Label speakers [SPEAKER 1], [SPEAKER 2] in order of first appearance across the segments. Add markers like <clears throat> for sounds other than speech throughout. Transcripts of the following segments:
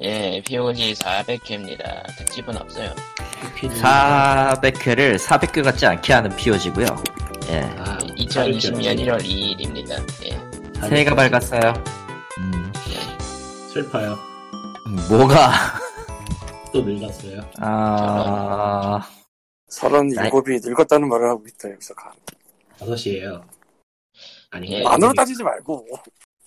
[SPEAKER 1] 예, POG 400회입니다. 특집은 없어요.
[SPEAKER 2] 400회를 400개 같지 않게 하는 POG고요. 예.
[SPEAKER 3] 아,
[SPEAKER 1] 2020년 1월 2일입니다. 예.
[SPEAKER 2] 새해가 밝았어요. 음,
[SPEAKER 3] 슬퍼요.
[SPEAKER 2] 뭐가,
[SPEAKER 3] 또 늙었어요.
[SPEAKER 2] 아,
[SPEAKER 4] 서른 일곱이
[SPEAKER 2] 네.
[SPEAKER 4] 늙었다는 말을 하고 있다 여기서 가.
[SPEAKER 3] 5시에요. 그 아니,
[SPEAKER 2] 네.
[SPEAKER 1] 예.
[SPEAKER 4] 만으로 따지지 말고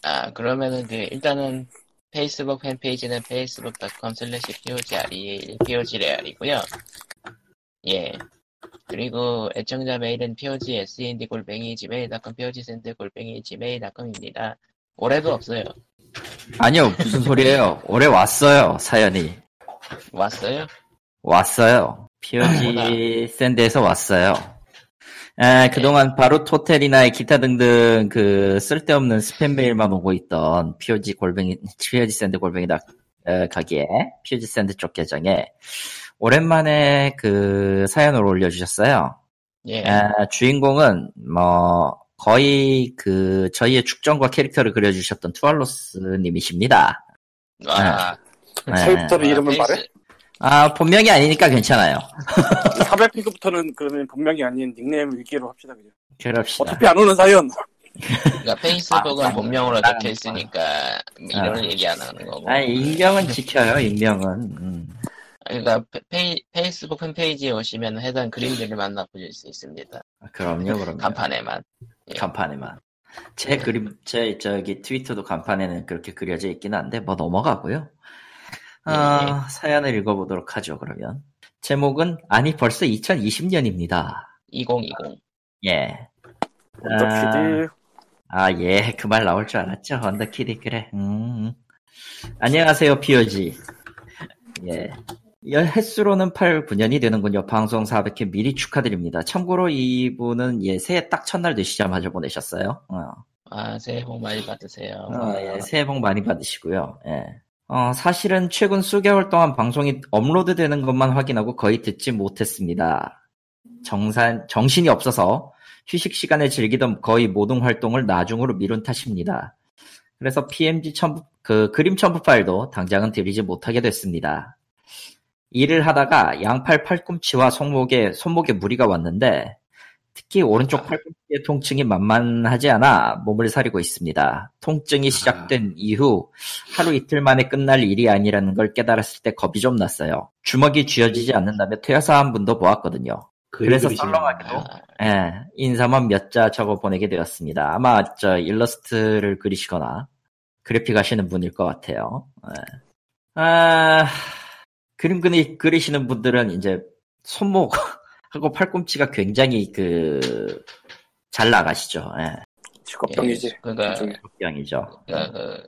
[SPEAKER 1] 아, 그러면은 그, 일단은 페이스북 팬페이지는 facebook.com slash POGREAL, POGREAL이고요. 예. 그리고 애청자 메일은 POGSND골뱅이지메일.com, POGSND골뱅이지메일.com입니다. 올해도 없어요.
[SPEAKER 2] 아니요, 무슨 소리예요. 올해 왔어요, 사연이.
[SPEAKER 1] 왔어요?
[SPEAKER 2] 왔어요. 아, POG 샌드에서 왔어요. 에, 그동안 바로 토텔이나 기타 등등 그 쓸데없는 스팸 메일만 오고 있던 POG 골뱅이, POG 샌드 골뱅이다 에, 가기에 POG 샌드 쪽 계정에 오랜만에 그 사연을 올려주셨어요.
[SPEAKER 1] 예.
[SPEAKER 2] 에, 주인공은 뭐 거의 그 저희의 축전과 캐릭터를 그려주셨던 투알로스님이십니다.
[SPEAKER 1] 와.
[SPEAKER 2] 네.
[SPEAKER 4] 캐릭터를
[SPEAKER 1] 와,
[SPEAKER 4] 이름을
[SPEAKER 1] 페이스-
[SPEAKER 4] 말해?
[SPEAKER 2] 아 본명이 아니니까 괜찮아요.
[SPEAKER 4] 400피부터는 그러면 분명히 아닌 닉네임 위기로 합시다 그냥.
[SPEAKER 2] 그럽시다.
[SPEAKER 4] 어차피 안 오는 사연.
[SPEAKER 2] 네.
[SPEAKER 1] 그러니까 페이스북은
[SPEAKER 2] 아,
[SPEAKER 1] 본명으로
[SPEAKER 2] 나는-
[SPEAKER 1] 적혀 있으니까 이런 얘기 안 하는 거고.
[SPEAKER 2] 아 익명은 지켜요. 익명은. 음.
[SPEAKER 1] 그러니까 페- 페이, 페이스북 홈페이지에 오시면 해당 그림들을 만나보실 수 있습니다.
[SPEAKER 2] 아, 그럼요, 그럼요.
[SPEAKER 4] 네.
[SPEAKER 1] 간판에만.
[SPEAKER 2] 간판에만. 제 그림, 제 저기 트위터도 간판에는 그렇게 그려져 있긴 한데 뭐 넘어가고요.
[SPEAKER 1] 예,
[SPEAKER 2] 아, 사연을 읽어보도록 하죠. 그러면 제목은 아니 벌써 2020년입니다.
[SPEAKER 1] 2020.
[SPEAKER 2] 예.
[SPEAKER 4] 어차피
[SPEAKER 2] 아, 예. 그 말 나올 줄 알았죠. 언더키디, 그래. 음. 안녕하세요, POG. 예. 연- 횟수로는 8, 9년이 되는군요. 방송 400회 미리 축하드립니다. 참고로 이분은 예, 새해 딱 첫날 되시자마자 보내셨어요. 어.
[SPEAKER 1] 아, 새해 복 많이 받으세요.
[SPEAKER 4] 아,
[SPEAKER 2] 어, 예, 새해 복 많이 받으시고요. 예. 어, 사실은 최근 수개월 동안 방송이 업로드 되는 것만 확인하고 거의 듣지 못했습니다. 정산, 정신이 없어서 휴식 시간에 즐기던 거의 모든 활동을 나중으로 미룬 탓입니다. 그래서 PMG 첨부, 그 그림 첨부 파일도 당장은 드리지 못하게 됐습니다. 일을 하다가 양팔 팔꿈치와 손목에, 손목에 무리가 왔는데 특히 오른쪽 팔꿈치의 통증이 만만하지 않아 몸을 사리고 있습니다. 통증이 시작된 이후 하루 이틀 만에 끝날 일이 아니라는 걸 깨달았을 때 겁이 좀 났어요. 주먹이 쥐어지지 않는다며 퇴사한 분도 보았거든요. 그래서 썰렁하게도
[SPEAKER 1] 아,
[SPEAKER 2] 예, 인사만 몇 자 적어 보내게 되었습니다. 아마 저 일러스트를 그리시거나 그래픽 하시는 분일 것 같아요. 예. 아, 그림 그리, 그리시는 분들은 이제 손목하고 <laughs> 팔꿈치가 굉장히 그, 잘 나가시죠. 예,
[SPEAKER 4] 직업병이지.
[SPEAKER 1] 그러니까,
[SPEAKER 4] 걱정이.
[SPEAKER 2] 걱정이죠.
[SPEAKER 1] 그러니까 그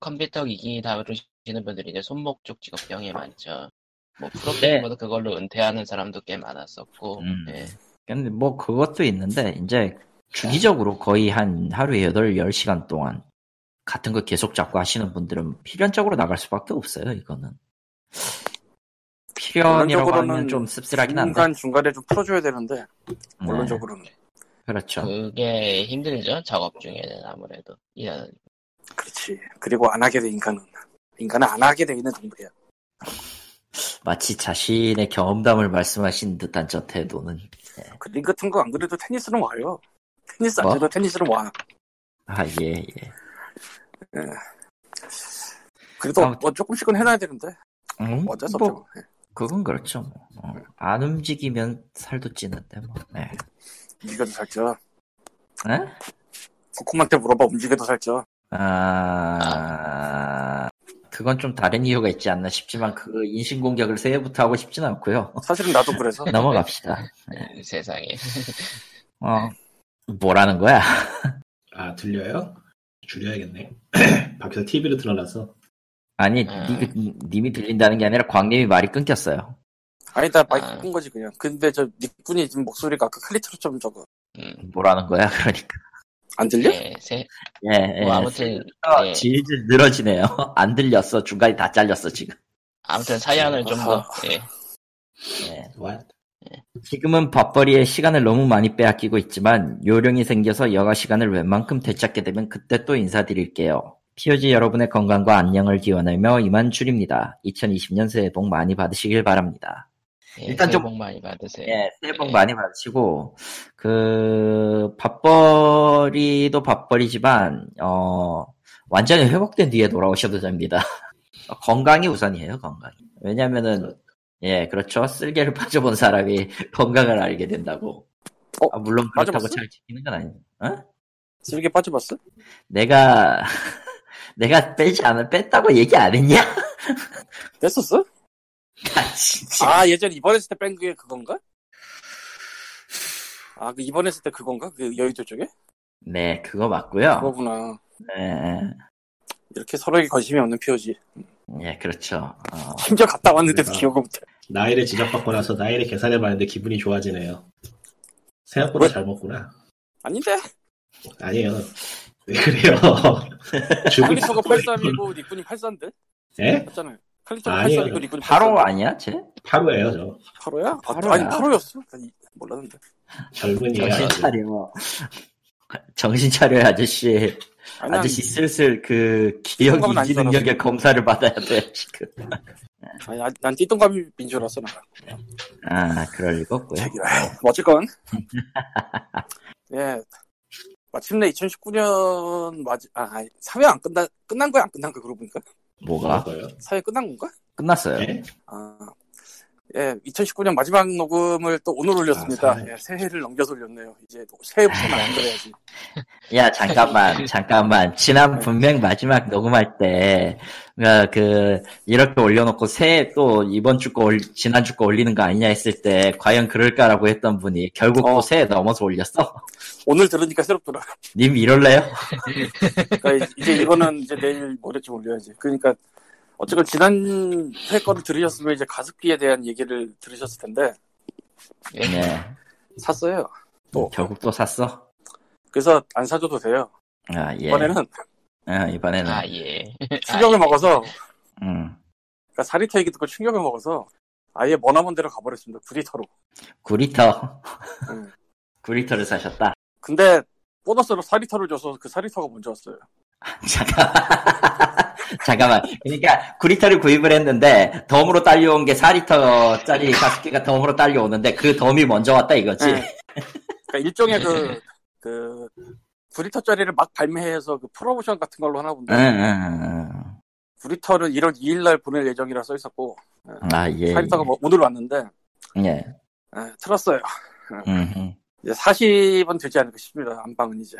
[SPEAKER 1] 컴퓨터 기기 다루시는 분들이 이제 손목 쪽 직업병이 많죠. 뭐
[SPEAKER 4] 네.
[SPEAKER 1] 프로게이머도 그걸로 은퇴하는 사람도 꽤 많았었고.
[SPEAKER 2] 음.
[SPEAKER 1] 예.
[SPEAKER 2] 근데 뭐 그것도 있는데, 이제 주기적으로 거의 한 하루에 8, 10시간 동안 같은 거 계속 잡고 하시는 분들은 필연적으로 나갈 수밖에 없어요, 이거는. 필연이라고 하면
[SPEAKER 4] 물론적으로는
[SPEAKER 2] 좀 씁쓸하긴 한데.
[SPEAKER 4] 중간 중간에 좀 풀어줘야 되는데
[SPEAKER 2] 네,
[SPEAKER 4] 물론적으로는 네.
[SPEAKER 2] 그렇죠.
[SPEAKER 1] 그게 힘들죠. 작업 중에는 아무래도. 일하는
[SPEAKER 4] 그렇지. 그리고 안 하게 돼 인간은 인간은 안 하게 돼 있는 정도야.
[SPEAKER 2] 마치 자신의 경험담을 말씀하신 듯한 저 태도는.
[SPEAKER 4] 그림 같은 거 안 그래도 테니스는 와요. 테니스 안
[SPEAKER 2] 뭐?
[SPEAKER 4] 그래도 테니스는 와.
[SPEAKER 2] 아, 예, 예.
[SPEAKER 4] 그래도
[SPEAKER 2] 아무튼.
[SPEAKER 4] 뭐 조금씩은 해놔야 되는데
[SPEAKER 2] 음,
[SPEAKER 4] 어쩔 수
[SPEAKER 2] 뭐,
[SPEAKER 4] 없죠. 예.
[SPEAKER 2] 그건 그렇죠. 뭐. 어, 안 움직이면 살도 찌는데, 뭐. 네.
[SPEAKER 4] 움직여도 살쪄.
[SPEAKER 2] 네?
[SPEAKER 4] 코코한테 물어봐 움직여도 살쪄.
[SPEAKER 2] 아, 그건 좀 다른 이유가 있지 않나 싶지만, 그 인신공격을 새해부터 하고 싶진 않고요. <laughs>
[SPEAKER 4] 사실은 나도 그래서
[SPEAKER 2] 넘어갑시다.
[SPEAKER 4] 네.
[SPEAKER 1] 세상에.
[SPEAKER 2] 어, 뭐라는 거야?
[SPEAKER 3] 아, 들려요? 줄여야겠네. <clears throat> 밖에서 TV로 틀어놔서.
[SPEAKER 2] 아니,
[SPEAKER 1] 음.
[SPEAKER 2] 니, 님이 들린다는 게 아니라 광님이 말이 끊겼어요.
[SPEAKER 4] 아니다 마이크
[SPEAKER 1] 아.
[SPEAKER 4] 끈 거지 그냥. 근데 저 니꾼이 지금 목소리가 아까 칼리트로처럼 저거
[SPEAKER 1] 음.
[SPEAKER 2] 뭐라는 거야, 그러니까.
[SPEAKER 4] 안 들려? 네,
[SPEAKER 1] 예, 세,
[SPEAKER 2] 예, 예.
[SPEAKER 1] 뭐 아무튼
[SPEAKER 2] 어,
[SPEAKER 1] 예,
[SPEAKER 2] 질질 늘어지네요. <laughs> 안 들렸어. 중간에 다 잘렸어, 지금.
[SPEAKER 1] 아무튼 사연을 좀 더 예,
[SPEAKER 2] 예.
[SPEAKER 3] What?
[SPEAKER 2] 지금은 밥벌이에 시간을 너무 많이 빼앗기고 있지만 요령이 생겨서 여가 시간을 웬만큼 되찾게 되면 그때 또 인사드릴게요. POG 여러분의 건강과 안녕을 기원하며 이만 줄입니다. 2020년 새해 복 많이 받으시길 바랍니다.
[SPEAKER 1] 예,
[SPEAKER 2] 일단
[SPEAKER 1] 새해
[SPEAKER 2] 좀-
[SPEAKER 1] 복 많이 받으세요.
[SPEAKER 2] 예, 새해 복 많이 받으시고, 그, 밥벌이도 밥벌이지만, 어, 완전히 회복된 뒤에 돌아오셔도 됩니다. <laughs> 건강이 우선이에요, 건강이. 왜냐면은, 예, 그렇죠. 쓸개를 <laughs> 빠져본 사람이 건강을 알게 된다고.
[SPEAKER 4] 어,
[SPEAKER 2] 아, 물론 그렇다고
[SPEAKER 4] 빠져봤어?
[SPEAKER 2] 잘 지키는 건 아닌데.
[SPEAKER 4] 쓸개 빠져봤어?
[SPEAKER 2] 내가, <laughs> 내가 빼지 않은, 뺐다고 얘기 안 했냐? <laughs>
[SPEAKER 4] 뺐었어?
[SPEAKER 2] 아, 진짜.
[SPEAKER 4] 아 예전 입원했을 때 뺀 그게 그건가? 아 그 입원했을 때 그건가? 그 여의도 쪽에?
[SPEAKER 2] 네, 그거 맞고요.
[SPEAKER 4] 그거구나.
[SPEAKER 2] 네,
[SPEAKER 4] 이렇게 서로에게 관심이 없는 표지.
[SPEAKER 2] 예, 그렇죠. 어,
[SPEAKER 4] 심지어 갔다 왔는데도
[SPEAKER 3] 그러니까.
[SPEAKER 4] 기억을 못해.
[SPEAKER 3] 나이를 지적받고 나서 나이를 계산해봤는데 기분이 좋아지네요. 생각보다
[SPEAKER 4] 왜?
[SPEAKER 3] 잘 먹구나.
[SPEAKER 4] 아닌데?
[SPEAKER 3] 아니에요. 왜 그래요? <laughs> 죽을
[SPEAKER 4] 칼리토가 83이고 니꾼이 84인데?
[SPEAKER 3] 예?
[SPEAKER 4] 맞잖아요. 칼리토가
[SPEAKER 3] 아니에요.
[SPEAKER 4] 84이고 니꾼이
[SPEAKER 2] 바로 아니야, 쟤?
[SPEAKER 3] 바로예요, 저.
[SPEAKER 4] 8호야?
[SPEAKER 2] 바로야.
[SPEAKER 4] 아니 8호였어? 난 이- 몰랐는데.
[SPEAKER 3] 젊은이에요.
[SPEAKER 2] 정신
[SPEAKER 3] 아주.
[SPEAKER 2] 차려. <laughs> 정신 차려, 아저씨.
[SPEAKER 4] 아니,
[SPEAKER 2] 아저씨 슬슬 그 기억
[SPEAKER 4] 그런 건
[SPEAKER 2] 이기
[SPEAKER 4] 아니잖아,
[SPEAKER 2] 능력의
[SPEAKER 4] 지금.
[SPEAKER 2] 검사를 받아야 돼, 그. 지금.
[SPEAKER 4] 아니, 아니, 난 띠똥갑인 줄 알았어. 나.
[SPEAKER 2] 아, 그럴 리가
[SPEAKER 3] 네?
[SPEAKER 2] 없고요.
[SPEAKER 4] 제기라. <laughs>
[SPEAKER 3] <laughs>
[SPEAKER 4] 뭐 어쨌건. 예. 마침내 2019년 맞이 아 아니, 사회 안 끝나 끝난 거야 안 끝난 거야 그러고 보니까
[SPEAKER 2] 뭐가?
[SPEAKER 3] 뭐예요?
[SPEAKER 4] 사회 끝난 건가?
[SPEAKER 2] 끝났어요.
[SPEAKER 3] 예?
[SPEAKER 4] 아, 예, 2019년 마지막 녹음을 또 오늘 올렸습니다.
[SPEAKER 3] 아, 사회.
[SPEAKER 4] 예, 새해를 넘겨서 올렸네요. 이제 또 새해부터는 안 그래야지.
[SPEAKER 2] 야,
[SPEAKER 4] <laughs>
[SPEAKER 2] 잠깐만, 잠깐만. 지난 분명 마지막 녹음할 때, 그러니까 그, 이렇게 올려놓고 새해 또 이번 주 거, 올, 지난 주 거 올리는 거 아니냐 했을 때, 과연 그럴까라고 했던 분이 결국
[SPEAKER 4] 어.
[SPEAKER 2] 또 새해 넘어서 올렸어? <laughs>
[SPEAKER 4] 오늘 들으니까 새롭더라.
[SPEAKER 2] 님 이럴래요?
[SPEAKER 4] 그러니까 이제 이거는 이제 내일 모레쯤 올려야지. 그러니까 어쨌건 지난 회 거를 들으셨으면 이제 가습기에 대한 얘기를 들으셨을 텐데
[SPEAKER 1] 예.
[SPEAKER 2] 네.
[SPEAKER 4] 샀어요. 또.
[SPEAKER 2] 결국 또 샀어?
[SPEAKER 4] 그래서 안 사줘도 돼요.
[SPEAKER 2] 아, 예.
[SPEAKER 4] 이번에는
[SPEAKER 2] 어, 이번에는.
[SPEAKER 1] 아 예.
[SPEAKER 4] <laughs> 충격을 먹어서
[SPEAKER 2] 음.
[SPEAKER 4] 그러니까 사리타 얘기 듣고 충격을 먹어서 아예 머나먼 데로 가버렸습니다. 구리터로.
[SPEAKER 2] 구리터.
[SPEAKER 4] 음.
[SPEAKER 2] 구리터를 사셨다. <laughs>
[SPEAKER 4] 근데 보너스로 사리타를 줘서 그 사리타가 먼저 왔어요.
[SPEAKER 2] 잠깐만. <laughs> 잠깐만. 그러니까 구리터를 구입을 했는데 덤으로 딸려온 게 4리터짜리 가습기가 덤으로 딸려오는데 그 덤이 먼저 왔다 이거지.
[SPEAKER 4] 아. 네. 그러니까 일종의 그, 그, 9리터짜리를 막 발매해서 그 프로모션 같은 걸로 하나 본데,
[SPEAKER 2] 응, 응,
[SPEAKER 4] 구 9리터를 1월 2일날 보낼 예정이라 써 있었고,
[SPEAKER 2] 응. 아, 예.
[SPEAKER 4] 사리터가 뭐 오늘 왔는데,
[SPEAKER 2] 예.
[SPEAKER 4] 예, 틀었어요.
[SPEAKER 2] 음.
[SPEAKER 4] 이제 40은 되지 않을까 싶습니다. 안방은 이제.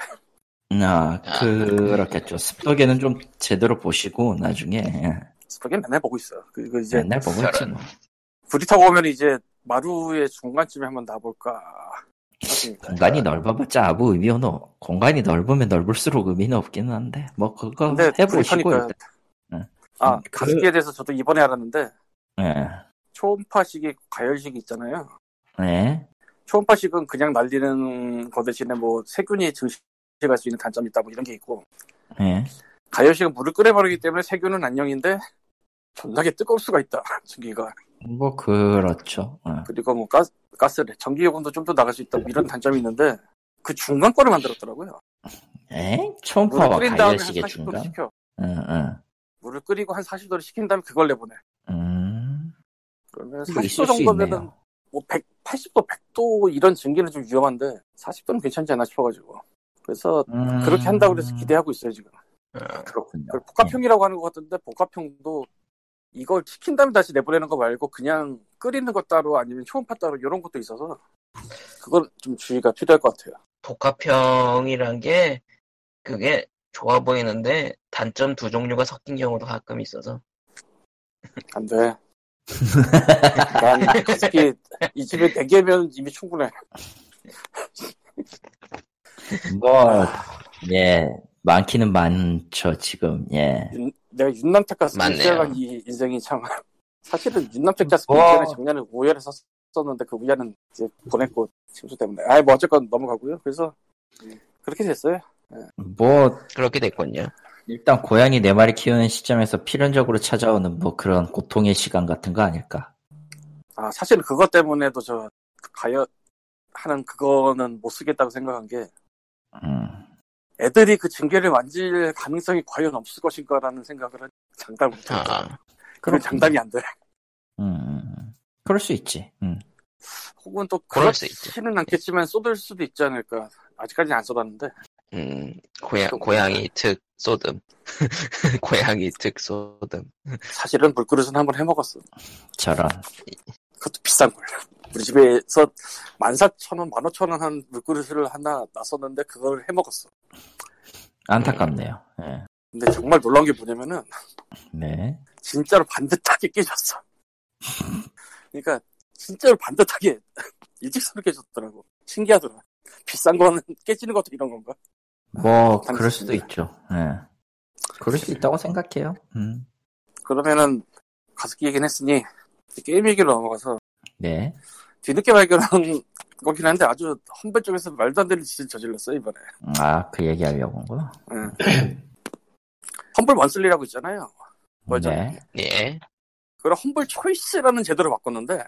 [SPEAKER 2] 아, 그렇겠죠. 습도계는 좀 제대로 보시고 나중에 예.
[SPEAKER 4] 그게 맨날 보고 있어. 그리고 이제,
[SPEAKER 2] 맨날 보고 있지 뭐.
[SPEAKER 4] 9리터가 오면 이제 마루의 중간쯤에 한번 놔볼까. 싶습니다.
[SPEAKER 2] 공간이 넓어봤자 아무 의미 없노. 공간이 넓으면 넓을수록 의미는 없기는 한데 뭐 그거
[SPEAKER 4] 근데
[SPEAKER 2] 해보시고
[SPEAKER 4] 구리터니까.
[SPEAKER 2] 일단. 응.
[SPEAKER 4] 아,
[SPEAKER 2] 음, 그-
[SPEAKER 4] 가습기에 대해서 저도 이번에 알았는데,
[SPEAKER 2] 예.
[SPEAKER 4] 초음파식이 가열식이 있잖아요.
[SPEAKER 2] 네.
[SPEAKER 4] 초음파식은 그냥 날리는 거 대신에 뭐 세균이 증식할 수 있는 단점이 있다 뭐 이런 게 있고
[SPEAKER 2] 예.
[SPEAKER 4] 가열식은 물을 끓여버리기 때문에 세균은 안녕인데 존나게 뜨거울 수가 있다 <laughs> 전기가
[SPEAKER 2] 뭐 그렇죠. 어.
[SPEAKER 4] 그리고 뭐 가스, 가스래 전기 요금도 좀 더 나갈 수 있다 뭐 이런 단점이 있는데 그 중간 거를 만들었더라고요
[SPEAKER 2] 에?
[SPEAKER 4] 물을
[SPEAKER 2] 초음파와
[SPEAKER 4] 끓인 다음에 한
[SPEAKER 2] 가열식의
[SPEAKER 4] 40도를
[SPEAKER 2] 중간?
[SPEAKER 4] 식혀
[SPEAKER 2] 응, 응.
[SPEAKER 4] 물을 끓이고 한 40도를 식힌 다음에 그걸 내보내
[SPEAKER 2] 음.
[SPEAKER 4] 그러면
[SPEAKER 2] 뭐
[SPEAKER 4] 40도
[SPEAKER 2] 있을 수
[SPEAKER 4] 정도면은
[SPEAKER 2] 있네요.
[SPEAKER 4] 뭐 100, 80도 100도 이런 전기는 좀 위험한데 40도는 괜찮지 않나 싶어가지고 그래서
[SPEAKER 2] 음.
[SPEAKER 4] 그렇게 한다고 그래서 기대하고 있어요 지금
[SPEAKER 2] 그렇군요.
[SPEAKER 4] 그걸 복합형이라고 하는 것 같은데 복합형도 이걸 시킨 다음에 다시 내보내는 거 말고 그냥 끓이는 것 따로 아니면 초음파 따로 이런 것도 있어서 그건 좀 주의가 필요할 것 같아요.
[SPEAKER 1] 복합형이란 게 그게 좋아 보이는데 단점 두 종류가 섞인 경우도 가끔 있어서
[SPEAKER 4] 안 돼.
[SPEAKER 2] <laughs>
[SPEAKER 4] 난 가습기 이 집에 네 개면 이미 충분해.
[SPEAKER 2] 예. 뭐, 예. 많기는 많죠, 지금, 예.
[SPEAKER 4] 윤- 내가 윤남택 가습기
[SPEAKER 1] 맞네요.
[SPEAKER 4] 시작한 이 인생이 참 <laughs> 사실은 윤남택 가습기
[SPEAKER 2] 뭐.
[SPEAKER 4] 전에 작년에 5회를 썼었는데 그 5회는 이제 보냈고 침수 때문에 아이 뭐 어쨌건 넘어가고요. 그래서 그렇게 됐어요.
[SPEAKER 2] 뭐,
[SPEAKER 1] 그렇게 됐군요.
[SPEAKER 2] 일단 고양이 네 마리 키우는 시점에서 필연적으로 찾아오는 뭐 그런 고통의 시간 같은 거 아닐까?
[SPEAKER 4] 아, 사실 그것 때문에도 저 가열 하는 그거는 못 쓰겠다고 생각한 게
[SPEAKER 2] 음.
[SPEAKER 4] 애들이 그 징계를 만질 가능성이 과연 없을 것인가라는 생각을 한- 장담을 못 했죠.
[SPEAKER 1] 아,
[SPEAKER 4] 그런
[SPEAKER 2] 그렇군요.
[SPEAKER 4] 장담이 안 돼.
[SPEAKER 2] 음, 음, 음. 그럴 수 있지. 음.
[SPEAKER 4] 혹은 또
[SPEAKER 1] 그럴 수 네.
[SPEAKER 4] 그렇지는 않겠지만 쏟을 수도 있지 않을까. 아직까지는 안 쏟았는데.
[SPEAKER 1] 음, 고양, 고양이 특 소듬. 고양이 특 소듬.
[SPEAKER 4] 사실은 물그릇은 한번 해먹었어.
[SPEAKER 2] 저런.
[SPEAKER 4] 그것도 비싼 걸. 우리 집에서 14,000원, 15,000원 한 물그릇을 하나 놨었는데 그걸 해먹었어.
[SPEAKER 2] 안타깝네요. 예.
[SPEAKER 4] 근데 정말 놀라운 게 뭐냐면은
[SPEAKER 2] 네.
[SPEAKER 4] 진짜로 반듯하게 깨졌어. 그러니까 진짜로 반듯하게 <laughs> 일직선으로 깨졌더라고. 신기하더라. 비싼 거는 깨지는 것도 이런 건가?
[SPEAKER 2] 뭐,
[SPEAKER 4] 당신이요.
[SPEAKER 2] 그럴 수도 있죠. 예. 그럴 수 있다고 생각해요. 음.
[SPEAKER 4] 그러면은 가서 끼긴 했으니 게임 얘기로 넘어가서
[SPEAKER 2] 네.
[SPEAKER 4] 뒤늦게 발견한 <laughs> 거긴 한데 아주 험벨 쪽에서 말도 안 되는 짓을 저질렀어 이번에.
[SPEAKER 2] 아, 그 얘기하려고 온 거야?
[SPEAKER 4] 응. 험블 원슬리라고 있잖아요. 뭐죠?
[SPEAKER 2] 네.
[SPEAKER 1] 예,
[SPEAKER 4] 그걸 험블 초이스라는 제도로 바꿨는데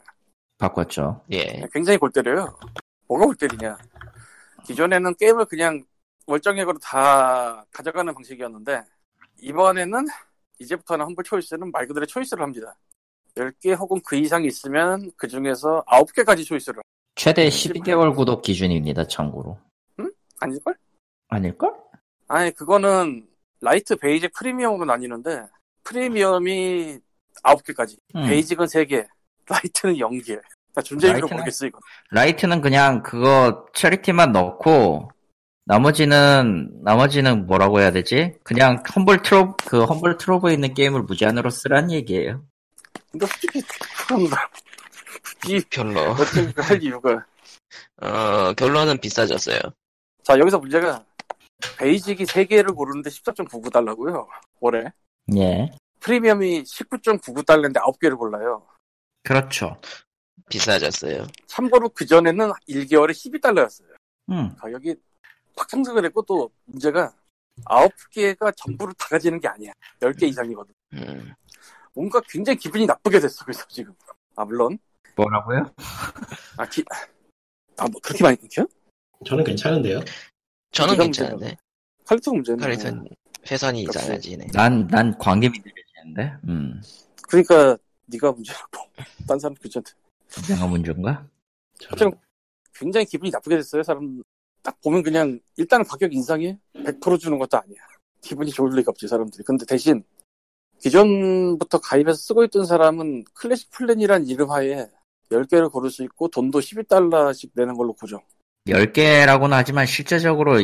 [SPEAKER 2] 바꿨죠.
[SPEAKER 1] 예.
[SPEAKER 4] 굉장히 골 때려요. 뭐가 골 때리냐. 기존에는 게임을 그냥 월정액으로 다 가져가는 방식이었는데, 이번에는 이제부터는 험블 초이스는 말 그대로 초이스를 합니다. 10개 혹은 그 이상이 있으면 그 중에서 9개까지 초이스를.
[SPEAKER 2] 최대 12개월 구독 기준입니다, 참고로.
[SPEAKER 4] 아닐걸?
[SPEAKER 2] 아닐걸?
[SPEAKER 4] 아니, 그거는 라이트, 베이직, 프리미엄으로 나뉘는데, 프리미엄이 9개까지,
[SPEAKER 2] 음.
[SPEAKER 4] 베이직은 3개, 라이트는 0개. 나 존재 이유를
[SPEAKER 2] 라이트는-
[SPEAKER 4] 모르겠어, 이건.
[SPEAKER 2] 라이트는 그냥 그거 체리티만 넣고, 나머지는, 나머지는 뭐라고 해야 되지? 그냥 험블 트로, 그 험블 트로브에 있는 게임을 무제한으로 쓰란 얘기예요
[SPEAKER 4] 근데 솔직히, 그건 굳이
[SPEAKER 1] 별로.
[SPEAKER 4] 어떻게 할 이유가.
[SPEAKER 1] 어, 결론은 비싸졌어요.
[SPEAKER 4] 자, 여기서 문제가 베이직이 3개를 고르는데 14.99 달라고요. 올해.
[SPEAKER 2] 예.
[SPEAKER 4] 프리미엄이 19.99 달러인데 9개를 골라요.
[SPEAKER 2] 그렇죠.
[SPEAKER 1] 비싸졌어요.
[SPEAKER 4] 참고로 그전에는 1개월에 12달러였어요.
[SPEAKER 2] 음.
[SPEAKER 4] 가격이 확 상승을 했고 또 문제가 9개가 전부를 다 가지는 게 아니야. 10개 이상이거든.
[SPEAKER 1] 음,
[SPEAKER 4] 뭔가 굉장히 기분이 나쁘게 됐어. 그래서 지금. 아, 물론.
[SPEAKER 2] 뭐라고요?
[SPEAKER 4] 아, 기... 아, 뭐 그렇게 많이 끊겨?
[SPEAKER 3] 저는 괜찮은데요.
[SPEAKER 1] 저는
[SPEAKER 4] 이건
[SPEAKER 1] 괜찮은데.
[SPEAKER 4] 칼리토 문제는.
[SPEAKER 1] 카리튼 회선이
[SPEAKER 4] 역시.
[SPEAKER 1] 작아지네.
[SPEAKER 2] 난, 난 광님이 들리는데, 음.
[SPEAKER 4] 그러니까 네가 문제라고. 딴 사람 괜찮대.
[SPEAKER 2] 내가 문제인가?
[SPEAKER 3] 저는
[SPEAKER 4] 굉장히 기분이 나쁘게 됐어요. 사람 딱 보면 그냥 일단 가격 인상이 100% 주는 것도 아니야. <laughs> 기분이 좋을 리가 없지 사람들이. 근데 대신 기존부터 가입해서 쓰고 있던 사람은 클래식 플랜이란 이름 하에 10개를 고를 수 있고 돈도 12달러씩 내는 걸로 고정.
[SPEAKER 2] 10개라고는 하지만 실제적으로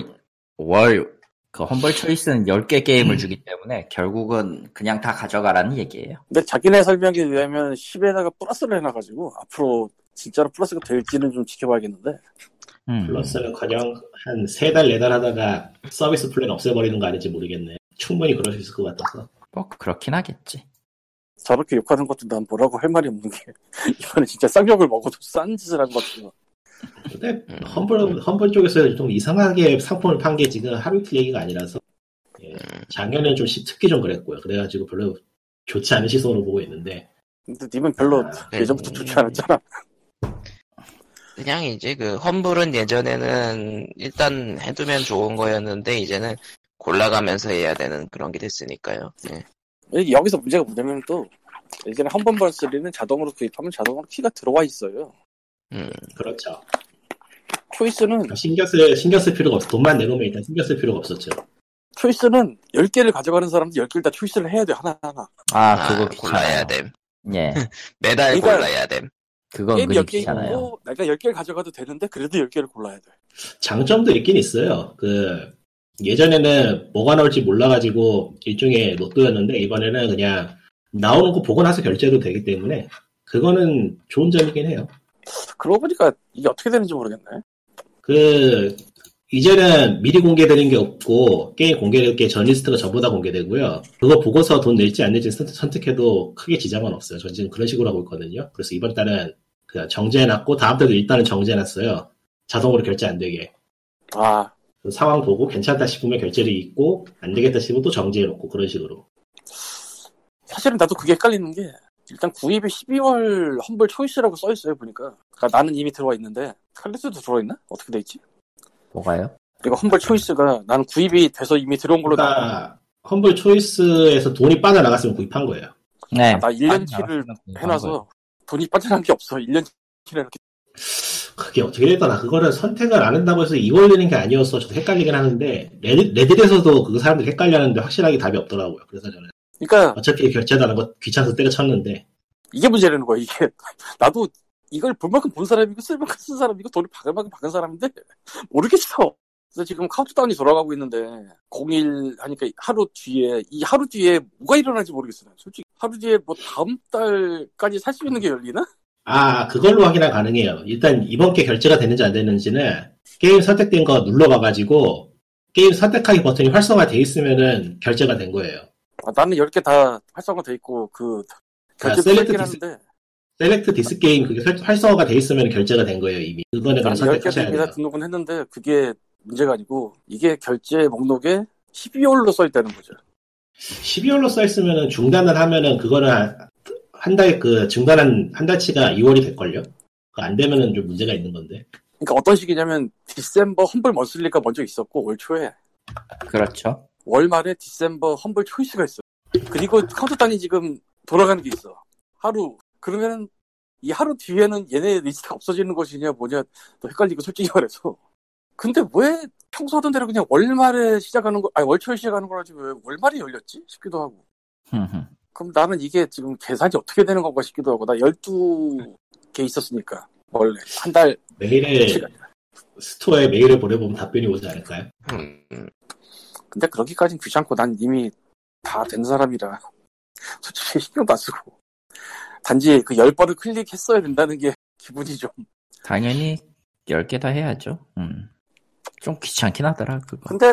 [SPEAKER 2] 월, 그 험벌 초이스는 10개 게임을 주기 때문에 결국은 그냥 다 가져가라는 얘기예요.
[SPEAKER 4] 근데 자기네 설명에 의하면 10에다가 플러스를 해놔가지고 앞으로 진짜로 플러스가 될지는 좀 지켜봐야겠는데
[SPEAKER 2] 음.
[SPEAKER 3] 플러스는 커녕 한 세 달, 네 달 하다가 서비스 플랜 없애버리는 거 아닌지 모르겠네. 충분히 그럴 수 있을 것 같아서.
[SPEAKER 2] 뭐 그렇긴 하겠지.
[SPEAKER 4] 저렇게 욕하는 것도 난 뭐라고 할 말이 없는 게 <laughs> 이번에 진짜 쌍욕을 먹어도 싼 짓을 한 것 같아요.
[SPEAKER 3] 근데
[SPEAKER 1] 음.
[SPEAKER 3] 험블, 험블 쪽에서 좀 이상하게 상품을 판 게 지금 하루이틀 얘기가 아니라서 예, 작년에는 좀 시- 특히 좀 그랬고요. 그래가지고 별로 좋지 않은 시선으로 보고 있는데
[SPEAKER 4] 근데 님은 별로
[SPEAKER 3] 아,
[SPEAKER 4] 예전부터
[SPEAKER 1] 음.
[SPEAKER 4] 좋지 않았잖아.
[SPEAKER 1] 그냥 이제 그 험블은 예전에는 일단 해두면 좋은 거였는데 이제는 골라가면서 해야 되는 그런 게 됐으니까요. 예.
[SPEAKER 4] 이- 여기서 문제가 뭐냐면 또 예전에 한번 벌스리는 자동으로 구입하면 자동으로 키가 들어와 있어요.
[SPEAKER 3] 그렇죠.
[SPEAKER 4] 초이스는
[SPEAKER 2] 그렇죠.
[SPEAKER 3] 신경 쓸 신경 쓸 필요가 없어. 돈만 내놓으면 일단 신경 쓸 필요가 없었죠.
[SPEAKER 4] 초이스는 10개를 가져가는 사람도 10개를 다 초이스를 해야 돼 하나하나.
[SPEAKER 2] 아,
[SPEAKER 1] 아,
[SPEAKER 2] 그거
[SPEAKER 1] 골라야
[SPEAKER 2] 귀찮아요.
[SPEAKER 1] 됨.
[SPEAKER 2] 예.
[SPEAKER 1] 매달
[SPEAKER 4] 그러니까-
[SPEAKER 1] 골라야 됨.
[SPEAKER 2] 그거
[SPEAKER 4] 게임
[SPEAKER 2] 은근히
[SPEAKER 4] 10개
[SPEAKER 2] 귀찮아요.
[SPEAKER 4] 있고 내가 10개를 가져가도 되는데 그래도 10개를 골라야 돼.
[SPEAKER 3] 장점도 있긴 있어요. 그 예전에는 뭐가 나올지 몰라가지고 일종의 로또였는데 이번에는 그냥 나오는 거 보고 나서 결제도 되기 때문에 그거는 좋은 점이긴 해요.
[SPEAKER 4] 그러고 보니까 이게 어떻게 되는지 모르겠네.
[SPEAKER 3] 그 이제는 미리 공개되는 게 없고 게임 공개될 게 전 리스트가 전부 다 공개되고요. 그거 보고서 돈 낼지 안 낼지 선- 선택해도 크게 지장은 없어요. 전 지금 그런 식으로 하고 있거든요. 그래서 이번 달은 그냥 정제해놨고 다음 달도 일단은 정제해놨어요. 자동으로 결제 안 되게.
[SPEAKER 4] 아,
[SPEAKER 3] 그 상황 보고 괜찮다 싶으면 결제를 잊고 안 되겠다 싶으면 또 정지해 놓고 그런 식으로
[SPEAKER 4] 사실은 나도 그게 헷갈리는 게 일단 구입이 12월 험블 초이스라고 써 있어요 보니까. 그러니까 나는 이미 들어와 있는데 칼리스도 들어와 있나? 어떻게 돼 있지?
[SPEAKER 2] 뭐가요?
[SPEAKER 4] 그리고 험벌 초이스가 나는 구입이 돼서 이미 들어온
[SPEAKER 2] 아,
[SPEAKER 4] 걸로 나.
[SPEAKER 3] 그러니까 험블 초이스에서 돈이 빠져나갔으면 구입한 거예요.
[SPEAKER 2] 네.
[SPEAKER 4] 나 1년치를
[SPEAKER 2] 뭐
[SPEAKER 4] 해놔서 돈이 빠져난 게 없어. 1년치를 이렇게
[SPEAKER 3] 그게 어떻게 되더라. 그거를 선택을 안 한다고 해서 이걸 내는 게 아니어서 저도 헷갈리긴 하는데, 레드- 레드에서도 그 사람들이 헷갈려 하는데 확실하게 답이 없더라고요. 그래서 저는
[SPEAKER 4] 그러니까
[SPEAKER 3] 어차피 결제하는 거 귀찮아서 때려쳤는데,
[SPEAKER 4] 이게 문제라는 거야 이게 <laughs> 나도 이걸 볼 만큼 본 사람이고 쓸 만큼 쓴 사람이고 돈을 박을 만큼 박은 사람인데 <laughs> 모르겠어 그래서 지금 카운트다운이 돌아가고 있는데 01 하니까 하루 뒤에 이 하루 뒤에 뭐가 일어날지 모르겠어 난 솔직히 하루 뒤에 뭐 다음 달까지 살 수 있는 게 열리나?
[SPEAKER 3] 아, 그걸로 확인은 가능해요. 일단 이번 게 결제가 되는지 안 되는지는 게임 선택된 거 눌러봐가지고, 게임 선택하기 버튼이 활성화돼 있으면은 결제가 된 거예요.
[SPEAKER 4] 아, 나는 10개 다 활성화돼 있고 그 결제
[SPEAKER 3] 아, 셀렉트
[SPEAKER 4] 플랫이긴
[SPEAKER 3] 디스-
[SPEAKER 4] 하는데
[SPEAKER 3] 셀렉트 디스 게임 그게 설- 활성화가 돼 있으면 결제가 된 거예요, 이미. 그거는 그럼
[SPEAKER 4] 나는 10개
[SPEAKER 3] 네, 선택하셔야
[SPEAKER 4] 중에
[SPEAKER 3] 돼요.
[SPEAKER 4] 다 네, 등록은 했는데 그게 문제가 아니고 이게 결제 목록에 12월로 써있다는 거죠
[SPEAKER 3] 12월로 써있으면은 중단을 하면은 그거는 한- 한 달, 그, 중단한 한 달치가 2월이 될걸요? 그거 안 되면은 좀 문제가 있는 건데.
[SPEAKER 4] 그러니까 어떤 식이냐면 디셈버 험블 머슬리가 먼저 있었고 올 초에
[SPEAKER 2] 그렇죠.
[SPEAKER 4] 월말에 디셈버 험블 초이스가 있어. 그리고 카운트단이 지금 돌아가는 게 있어. 하루. 그러면 이 하루 뒤에는 얘네 리스트가 없어지는 것이냐 뭐냐 또 헷갈리고 솔직히 말해서. 근데 왜 평소 하던 대로 그냥 월말에 시작하는 거, 아니 월초에 시작하는 거라지 왜 월말에 열렸지? 싶기도 하고.
[SPEAKER 2] 흠흠.
[SPEAKER 4] 그럼 나는 이게 지금 계산이 어떻게 되는 건가 싶기도 하고. 나 12개 있었으니까. 원래. 한 달,
[SPEAKER 3] 메일에,
[SPEAKER 4] 시간.
[SPEAKER 3] 스토어에 메일을 보내보면 답변이 오지 않을까요?
[SPEAKER 1] 음, 음.
[SPEAKER 4] 근데 그러기까진 귀찮고 난 이미 다 된 사람이라 <laughs> 솔직히 신경도 안 쓰고 단지 그 열 번을 클릭했어야 된다는 게 <laughs> 기분이 좀
[SPEAKER 2] 당연히 10개 다 해야죠. 음. 좀 귀찮긴 하더라, 그거.
[SPEAKER 4] 근데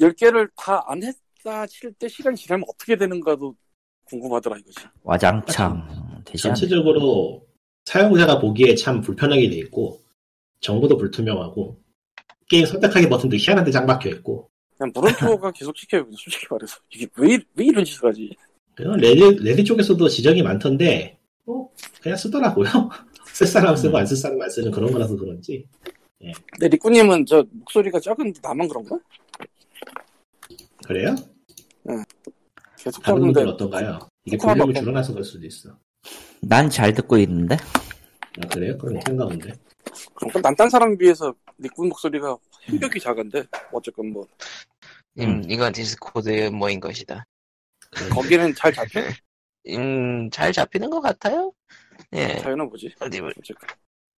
[SPEAKER 4] 열 개를 다 안 했다 칠 때 시간이 지나면 어떻게 되는가도 궁금하더라 이거지
[SPEAKER 2] 와장창 되지 않아
[SPEAKER 3] 전체적으로 사용자가 보기에 참 불편하게 돼 있고, 정보도 불투명하고, 게임 선택하기 버튼도 희한한데 짱 박혀 있고,
[SPEAKER 4] 그냥
[SPEAKER 3] <laughs>
[SPEAKER 4] 물음표가 계속 찍혀요 그냥 솔직히 말해서 이게 왜, 이- 왜 이런 짓을 하지
[SPEAKER 3] 그건 레드, 레드 쪽에서도 지적이 많던데, 뭐, 그냥 쓰더라고요. <laughs> 쓸 사람 쓰고 안 쓸 사람 안 쓰는 그런 거라서 그런지.
[SPEAKER 4] 근데 리꾸님은 저 목소리가 작은데 나만 그런가?
[SPEAKER 3] 그래요?
[SPEAKER 4] 계속
[SPEAKER 3] 다른
[SPEAKER 4] 작은데
[SPEAKER 3] 분들 어떤가요? 이게
[SPEAKER 4] 코코아
[SPEAKER 3] 볼륨이
[SPEAKER 4] 먹고.
[SPEAKER 3] 줄어나서 그럴 수도 있어.
[SPEAKER 2] 난잘 듣고 있는데?
[SPEAKER 3] 아, 그래요? 그럼 생각 없네.
[SPEAKER 4] 그러니까 난딴 사람에 비해서 리꾼 목소리가 힘겹게 작은데 어쨌건 뭐
[SPEAKER 1] 음, 이건 디스코드 모인 것이다.
[SPEAKER 4] 거기는 잘 잡혀?
[SPEAKER 1] 음, 잘 잡히는 것 같아요? 예.
[SPEAKER 4] 자연은 뭐지?
[SPEAKER 1] 어디, 뭐,
[SPEAKER 4] 어쨌건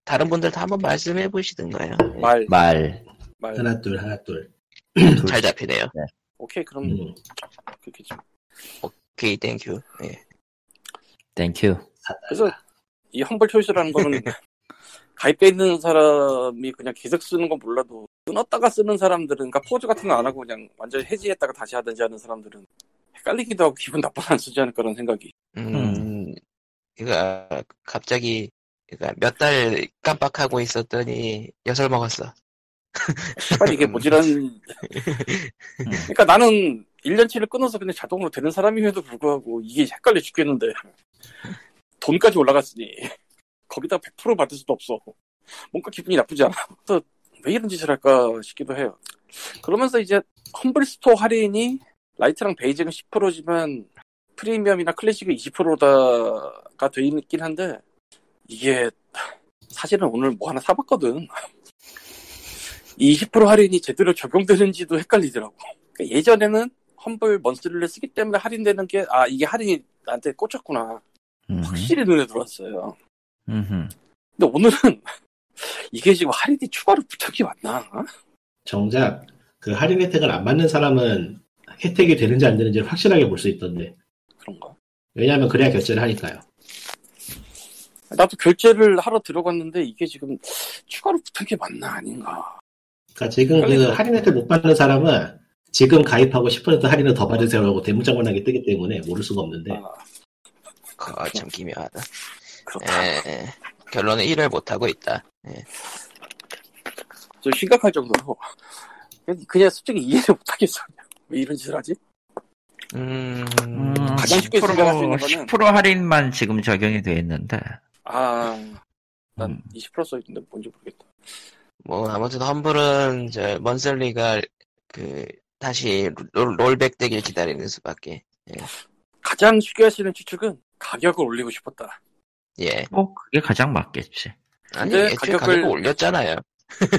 [SPEAKER 1] 다른 분들 다 한번 말씀해 보시든가요. 예,
[SPEAKER 2] 네.
[SPEAKER 4] 말
[SPEAKER 2] 말.
[SPEAKER 4] 말.
[SPEAKER 3] 하나, 둘, 하나, 둘.
[SPEAKER 2] 그렇죠.
[SPEAKER 1] 잘 잡히네요.
[SPEAKER 4] 오케이 그럼
[SPEAKER 3] 음.
[SPEAKER 4] 그렇겠죠.
[SPEAKER 1] 오케이, 땡큐. 예.
[SPEAKER 2] 땡큐.
[SPEAKER 4] 그래서 이 험블 초이스라는 거는 가입돼 있는 사람이 그냥 계속 쓰는 건 몰라도 끊었다가 쓰는 사람들은 그러니까 포즈 같은 거 안 하고 그냥 완전히 해지했다가 다시 하든지 하는 사람들은 헷갈리기도 하고 기분 나빠서 안 쓰지 않을 거라는 생각이
[SPEAKER 1] 음, 그니까, 갑자기, 그니까, 몇 달 깜빡하고 있었더니, 엿을 먹었어.
[SPEAKER 4] 빨리 이게 뭐지라는 그러니까 나는 1년치를 끊어서 그냥 자동으로 되는 사람임에도 불구하고 이게 헷갈려 죽겠는데 돈까지 올라갔으니 거기다 100% 받을 수도 없어 뭔가 기분이 나쁘지 않아 또 왜 이런 짓을 할까 싶기도 해요 그러면서 이제 험블스토어 할인이 라이트랑 베이직은 10%지만 프리미엄이나 클래식은 20%다가 돼 있긴 한데 이게 사실은 오늘 뭐 하나 사봤거든 이 20% 할인이 제대로 적용되는지도 헷갈리더라고. 그러니까 예전에는 험블 먼스리를 쓰기 때문에 할인되는 게, 아, 이게 할인이 나한테 꽂혔구나.
[SPEAKER 2] 음흠.
[SPEAKER 4] 확실히 눈에 들어왔어요.
[SPEAKER 2] 음흠.
[SPEAKER 4] 근데 오늘은 <laughs> 이게 지금 할인이 추가로 부탁이 왔나?
[SPEAKER 3] 정작 그 할인 혜택을 안 받는 사람은 혜택이 되는지 안 되는지 를 확실하게 볼 수 있던데.
[SPEAKER 4] 그런가?
[SPEAKER 3] 왜냐하면 그래야 결제를 하니까요.
[SPEAKER 4] 나도 결제를 하러 들어갔는데 이게 지금 추가로 부탁이 맞나 아닌가.
[SPEAKER 3] 그러니까 지금 그
[SPEAKER 4] 그러니까.
[SPEAKER 3] 할인 혜택 못 받는 사람은 지금 가입하고 10% 할인을 더 받으세요라고 대문짝만하게 뜨기 때문에 모를 수가 없는데
[SPEAKER 4] 아,
[SPEAKER 5] 아,
[SPEAKER 1] 거, 참 기묘하다.
[SPEAKER 4] 그렇다.
[SPEAKER 1] 예. 결론은 일을 못하고 있다.
[SPEAKER 4] 좀 심각할 정도로. 그냥- 그냥 솔직히 이해를 못하겠어. 그냥. 왜 이런 짓을 하지?
[SPEAKER 1] 음,
[SPEAKER 2] 음,
[SPEAKER 4] 가장 쉽게 생각할 수 있는 거는-
[SPEAKER 2] 10% 할인만 지금 적용이 돼 있는데.
[SPEAKER 4] 아, 난
[SPEAKER 2] 음.
[SPEAKER 4] 20% 써있는데 뭔지 모르겠다.
[SPEAKER 5] 뭐 아무튼 험블은 저 먼슬리가 그 다시 롤, 롤백 되길 기다리는 수밖에.
[SPEAKER 4] 가장 쉽게 하시는 추측은 가격을 올리고 싶었다.
[SPEAKER 5] 예.
[SPEAKER 2] 뭐 그게 가장 맞겠지.
[SPEAKER 5] 아니
[SPEAKER 4] 근데
[SPEAKER 5] 애초에
[SPEAKER 4] 가격을-
[SPEAKER 5] 가격을... 올렸잖아요.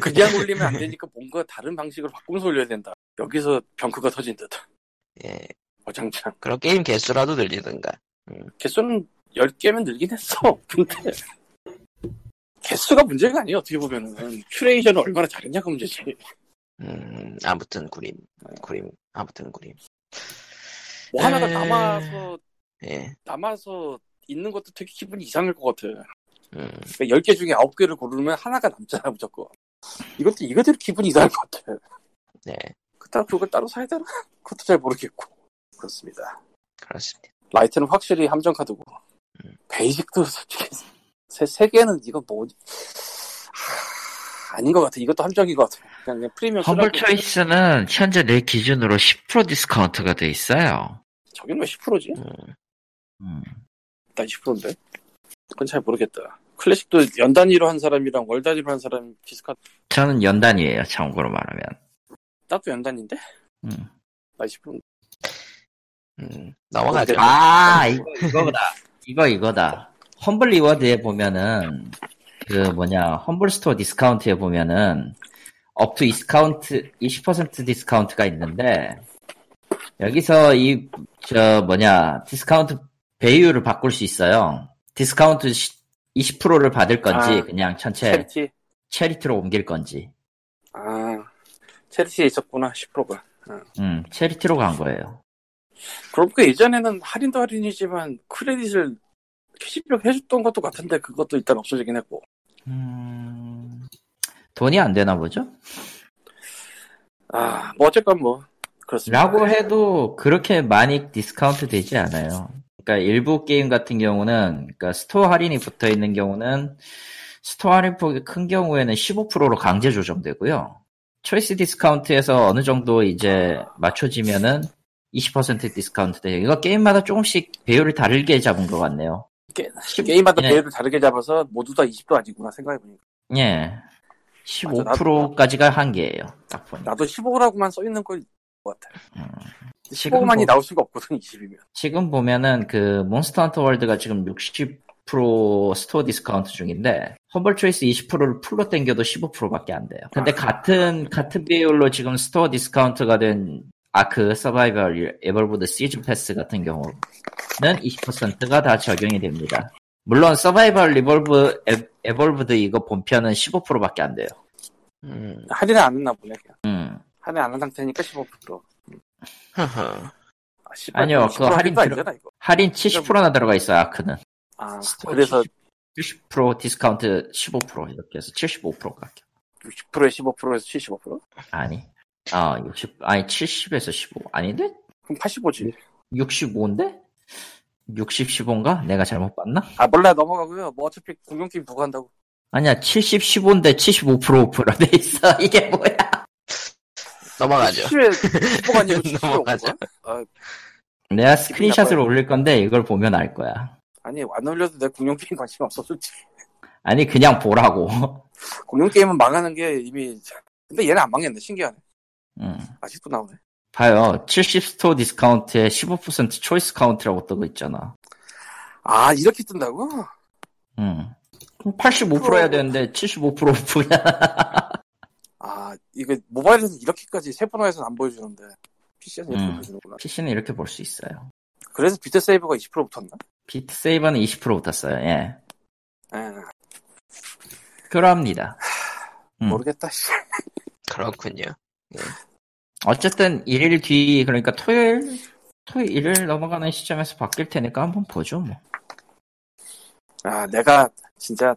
[SPEAKER 4] 그냥 올리면 안 되니까 뭔가 다른 방식으로 바꾸면서 올려야 된다. 여기서 병크가 터진 듯.
[SPEAKER 5] 예.
[SPEAKER 4] 어장창.
[SPEAKER 5] 그럼 게임 개수라도 늘리든가.
[SPEAKER 4] 개수는 10개면 늘긴 했어. 근데 개수가 문제가 아니에요. 어떻게 보면은. 큐레이션을 얼마나 잘했냐가 문제지.
[SPEAKER 5] 음 아무튼 구림 구림 아무튼 구림.
[SPEAKER 4] 뭐 하나가
[SPEAKER 5] 에.
[SPEAKER 4] 남아서
[SPEAKER 5] 예.
[SPEAKER 4] 남아서 있는 것도 되게 기분이 이상할 것 같아.
[SPEAKER 5] 음.
[SPEAKER 4] 그러니까 10개 중에 9개를 고르면 하나가 남잖아, 무조건. 이것도 이거대로 기분이 이상할 것 같아.
[SPEAKER 5] 네
[SPEAKER 4] 그따 그걸 따로 사야 되나? 그것도 잘 모르겠고. 그렇습니다.
[SPEAKER 5] 그렇습니다.
[SPEAKER 4] 라이트는 확실히 함정카드고. 베이직도 솔직히 세, 세 개는 이건 뭐 하, 아닌 것 같아. 이것도 함정인 것 같아. 그냥, 그냥 프리미엄
[SPEAKER 6] 험블
[SPEAKER 4] 쓰라고.
[SPEAKER 6] 초이스는 현재 내 기준으로 10% 디스카운트가 돼 있어요.
[SPEAKER 4] 저긴 왜 10%지?
[SPEAKER 6] 음.
[SPEAKER 4] 난 10%인데. 그건 잘 모르겠다. 클래식도 연 단위로 한 사람이랑 월 단위로 한 사람 디스카
[SPEAKER 2] 저는 연단이에요. 참고로 말하면.
[SPEAKER 4] 나도 연 단위인데?
[SPEAKER 2] 음.
[SPEAKER 4] 나 10%.
[SPEAKER 5] 음 넘어가죠.
[SPEAKER 4] 아,
[SPEAKER 2] 아 이거 이거다. 이거 이거다. 험블 리워드에 보면은 그 뭐냐 험블 스토어 디스카운트에 보면은 업투 디스카운트 20% 디스카운트가 있는데 여기서 이 저 뭐냐 디스카운트 배율을 바꿀 수 있어요. 디스카운트 시- 20%를 받을 건지
[SPEAKER 4] 아,
[SPEAKER 2] 그냥 전체
[SPEAKER 4] 체리티.
[SPEAKER 2] 체리티로 옮길 건지.
[SPEAKER 4] 아, 체리티에 있었구나, 10%가.
[SPEAKER 2] 음 체리티로 간 거예요.
[SPEAKER 4] 그러니까 예전에는 할인도 할인이지만 크레딧을 캐시백 해줬던 것도 같은데 그것도 일단 없어지긴 했고.
[SPEAKER 2] 음, 돈이 안 되나 보죠?
[SPEAKER 4] 아, 뭐 어쨌건 뭐 그렇습니다.
[SPEAKER 2] 라고 해도 그렇게 많이 디스카운트 되지 않아요. 그러니까 일부 게임 같은 경우는 그러니까 스토어 할인이 붙어 있는 경우는 스토어 할인 폭이 큰 경우에는 15%로 강제 조정되고요. 초이스 디스카운트에서 어느 정도 이제 맞춰지면은 20% 디스카운트 돼요. 이거 게임마다 조금씩 배율을 다르게 잡은 것 같네요.
[SPEAKER 4] 게, 게임마다
[SPEAKER 2] 예.
[SPEAKER 4] 배율을 다르게 잡아서 모두 다 20도 아니구나 생각해보니까.
[SPEAKER 2] 예. 15%까지가 한계예요. 딱 보니까.
[SPEAKER 4] 나도 15라고만 써있는 걸것 같아.
[SPEAKER 2] 지금
[SPEAKER 4] 15만이
[SPEAKER 2] 뭐-
[SPEAKER 4] 나올 수가 없거든, 20이면.
[SPEAKER 2] 지금 보면은 그 몬스터 헌터 월드가 지금 60% 스토어 디스카운트 중인데 험블 초이스 20%를 풀로 땡겨도 15%밖에 안 돼요. 근데 같은 같은 비율로 지금 스토어 디스카운트가 된 아크 그 서바이벌 에벌보드 시즌 패스 같은 경우는 20%가 다 적용이 됩니다. 물론 서바이벌 리볼브 에- 에볼브드 이거 본편은 15%밖에 안 돼요.
[SPEAKER 5] 음. <laughs>
[SPEAKER 4] 할인을 안 했나 보네, 그냥.
[SPEAKER 2] 음.
[SPEAKER 4] 할인 안 한 상태니까 15%.
[SPEAKER 5] 허허.
[SPEAKER 4] 아, 10,
[SPEAKER 2] 아니요, 그거 할인 들어-
[SPEAKER 4] 아니잖아, 이거.
[SPEAKER 2] 할인 70%나 들어가 있어요, 아크는.
[SPEAKER 4] 아,
[SPEAKER 2] 스토어
[SPEAKER 4] 그래서
[SPEAKER 2] 70% 디스카운트 15% 이렇게 해서 75%가
[SPEAKER 4] 60%에 15%에서 75%?
[SPEAKER 2] 아니. 아, 60, 아니, 70에서 15. 아닌데? 네.
[SPEAKER 4] 그럼 85지.
[SPEAKER 2] 65인데? 60, 15인가? 내가 잘못 봤나?
[SPEAKER 4] 아, 몰라, 넘어가고요. 뭐 어차피 공룡팀 부과한다고.
[SPEAKER 2] 아니야, 70, 15인데 75% 오프로 돼 있어. <laughs> 이게 뭐야?
[SPEAKER 5] 넘어가죠.
[SPEAKER 4] 10에
[SPEAKER 2] <laughs>
[SPEAKER 4] 가 아니고 7 5
[SPEAKER 5] 넘어가죠.
[SPEAKER 4] 아,
[SPEAKER 2] 내가 스크린샷을 올릴 건데 이걸 보면 알 거야.
[SPEAKER 4] 아니 안 올려도 내 공룡 게임 관심 없어 솔직히
[SPEAKER 2] 아니, 그냥 보라고. <laughs>
[SPEAKER 4] 공룡 게임은 망하는 게 이미 근데 얘는 안 망했네 신기하네
[SPEAKER 2] 음.
[SPEAKER 4] 아직도 나오네
[SPEAKER 2] 봐요. 70 스토어 디스카운트에 15% 초이스 카운트라고 뜨고 있잖아.
[SPEAKER 4] 아 이렇게 뜬다고?
[SPEAKER 2] 음. 85% 해야 되는데 75% <laughs> 오프냐?
[SPEAKER 4] 아 이거 모바일에서 이렇게까지 세분화해서는 안 보여주는데 PC에서 이렇게
[SPEAKER 2] 음.
[SPEAKER 4] 보여주는구나
[SPEAKER 2] PC는 이렇게 볼 수 있어요.
[SPEAKER 4] 그래서 비트 세이버가 20% 붙었나?
[SPEAKER 2] 비트 세이버는 20% 붙었어요. 예.
[SPEAKER 4] 에
[SPEAKER 2] 그럽니다. 음.
[SPEAKER 4] 모르겠다 씨.
[SPEAKER 5] 그렇군요.
[SPEAKER 2] 어쨌든 일일 뒤 그러니까 토요일 토요일 일을 넘어가는 시점에서 바뀔 테니까 한번 보죠 뭐.
[SPEAKER 4] 아 내가 진짜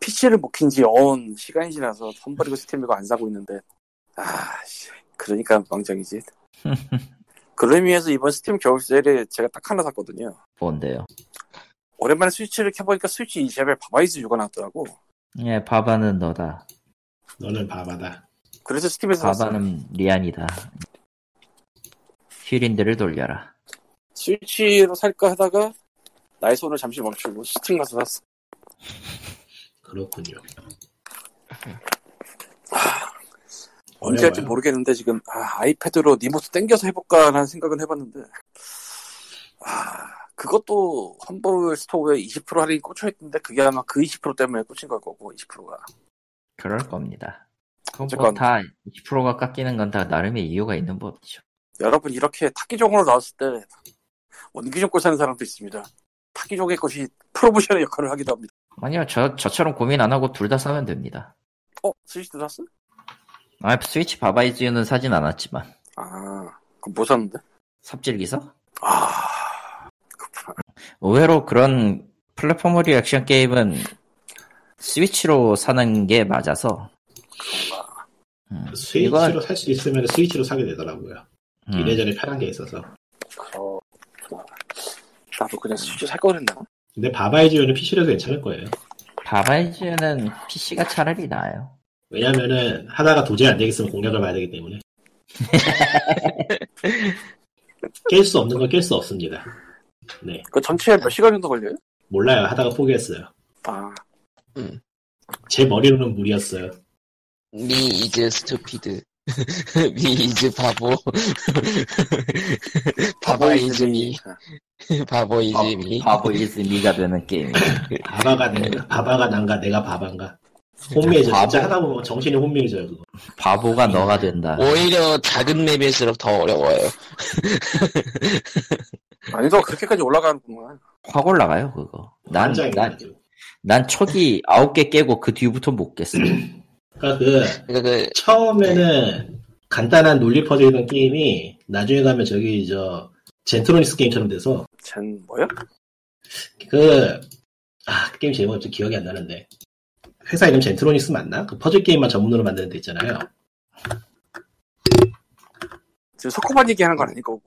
[SPEAKER 4] PC를 못 킨지 어언 시간이 지나서 선버리고 스팀이고 안 사고 있는데 아씨 그러니까
[SPEAKER 2] <laughs>
[SPEAKER 4] 망정이지 그런 의미에서 이번 스팀 겨울 세일에 제가 딱 하나 샀거든요
[SPEAKER 2] 뭔데요?
[SPEAKER 4] 오랜만에 스위치를 켜보니까 스위치 2샵에 바바이즈 6가 나왔더라고
[SPEAKER 2] 예, 바바는 너다.
[SPEAKER 3] 너는 바바다.
[SPEAKER 4] 그래서 스팀에서 샀어요
[SPEAKER 2] 바바는 리안이다. 휠인들을 돌려라.
[SPEAKER 4] 스위치로 살까 하다가 나의 손을 잠시 멈추고 스팀 가서 샀어
[SPEAKER 3] 그렇군요.
[SPEAKER 4] 아, 언제 할지 모르겠는데 지금 아, 아이패드로 니모트 땡겨서 해볼까라는 생각은 해봤는데 아, 그것도 험벌 스토어에 20% 할인이 꽂혀있는데 그게 아마 그 20% 때문에 꽂힌 걸 거고 20%가
[SPEAKER 2] 그럴 겁니다.
[SPEAKER 4] 어쨌건.
[SPEAKER 2] 그뭐다 20%가 깎이는 건 다 나름의 이유가 있는 법이죠.
[SPEAKER 4] 여러분 이렇게 타기종으로 나왔을 때 원기종 꽂사는 사람도 있습니다 타기종의 것이 프로모션의 역할을 하기도 합니다
[SPEAKER 2] 아니요, 저, 저처럼 고민 안 하고 둘 다 사면 됩니다.
[SPEAKER 4] 어? 스위치도 샀어?
[SPEAKER 2] 아, 스위치 바바이즈는 사진 않았지만.
[SPEAKER 4] 아 그럼 뭐 샀는데?
[SPEAKER 2] 삽질 기사?
[SPEAKER 4] 아 그렇구나
[SPEAKER 2] 의외로 그런 플랫폼 리액션 게임은 스위치로 사는 게 맞아서. 음,
[SPEAKER 3] 그 스위치로
[SPEAKER 2] 이건-
[SPEAKER 3] 살 수 있으면 스위치로 사게 되더라고요.
[SPEAKER 2] 음.
[SPEAKER 3] 이래저래 편한 게 있어서.
[SPEAKER 4] 그렇구나 뭐, 나도 그냥 스위치 살 걸 그랬나?
[SPEAKER 3] 근데 바바이즈는 PC로도 괜찮을 거예요.
[SPEAKER 2] 바바이즈는 PC가 차라리 나아요.
[SPEAKER 3] 왜냐면은 하다가 도저히 안 되겠으면 공략을 봐야 되기
[SPEAKER 2] <laughs>
[SPEAKER 3] 때문에. 깰 수 없는 건 깰 수 없습니다. 네,
[SPEAKER 4] 그 전체에 몇 시간 정도 걸려요?
[SPEAKER 3] 몰라요. 하다가 포기했어요.
[SPEAKER 4] 아
[SPEAKER 3] 제 머리로는 무리였어요.
[SPEAKER 1] 미 이즈 스투피드 <laughs> 미 이즈 바보 <laughs>
[SPEAKER 4] 아,
[SPEAKER 1] 바보 이즈 미 <laughs> 바보 이즈 미
[SPEAKER 2] 바보이즈 미가 되는 게임.
[SPEAKER 3] 바바가 내가, 바바가 난가, 내가 바반가. 혼미해져. 진짜 하다 보면 정신이 혼미해져요, 그거.
[SPEAKER 2] 바보가 너가 된다.
[SPEAKER 1] 오히려 작은 맵일수록 더 어려워요
[SPEAKER 4] 난이도가 그렇게까지 올라가는구만
[SPEAKER 2] 확 올라가요 그거. 난
[SPEAKER 3] 환장이
[SPEAKER 2] 난
[SPEAKER 3] 돼가지고.
[SPEAKER 2] 난 초기 아홉 개 깨고 그 뒤부터 못 깼어.
[SPEAKER 3] 그러니까 그,
[SPEAKER 1] 그러니까 그 네.
[SPEAKER 3] 처음에는 간단한 논리 퍼즐이던 게임이 나중에 가면 저기 저 젠트로닉스 게임처럼 돼서
[SPEAKER 4] 젠 뭐야?
[SPEAKER 3] 그, 아, 그 게임 제목 갑자기 기억이 안 나는데. 회사 이름 젠트로닉스 맞나? 그 퍼즐 게임만 전문으로 만드는 데 있잖아요.
[SPEAKER 4] 지금 소코만 얘기하는 건 아닐 거고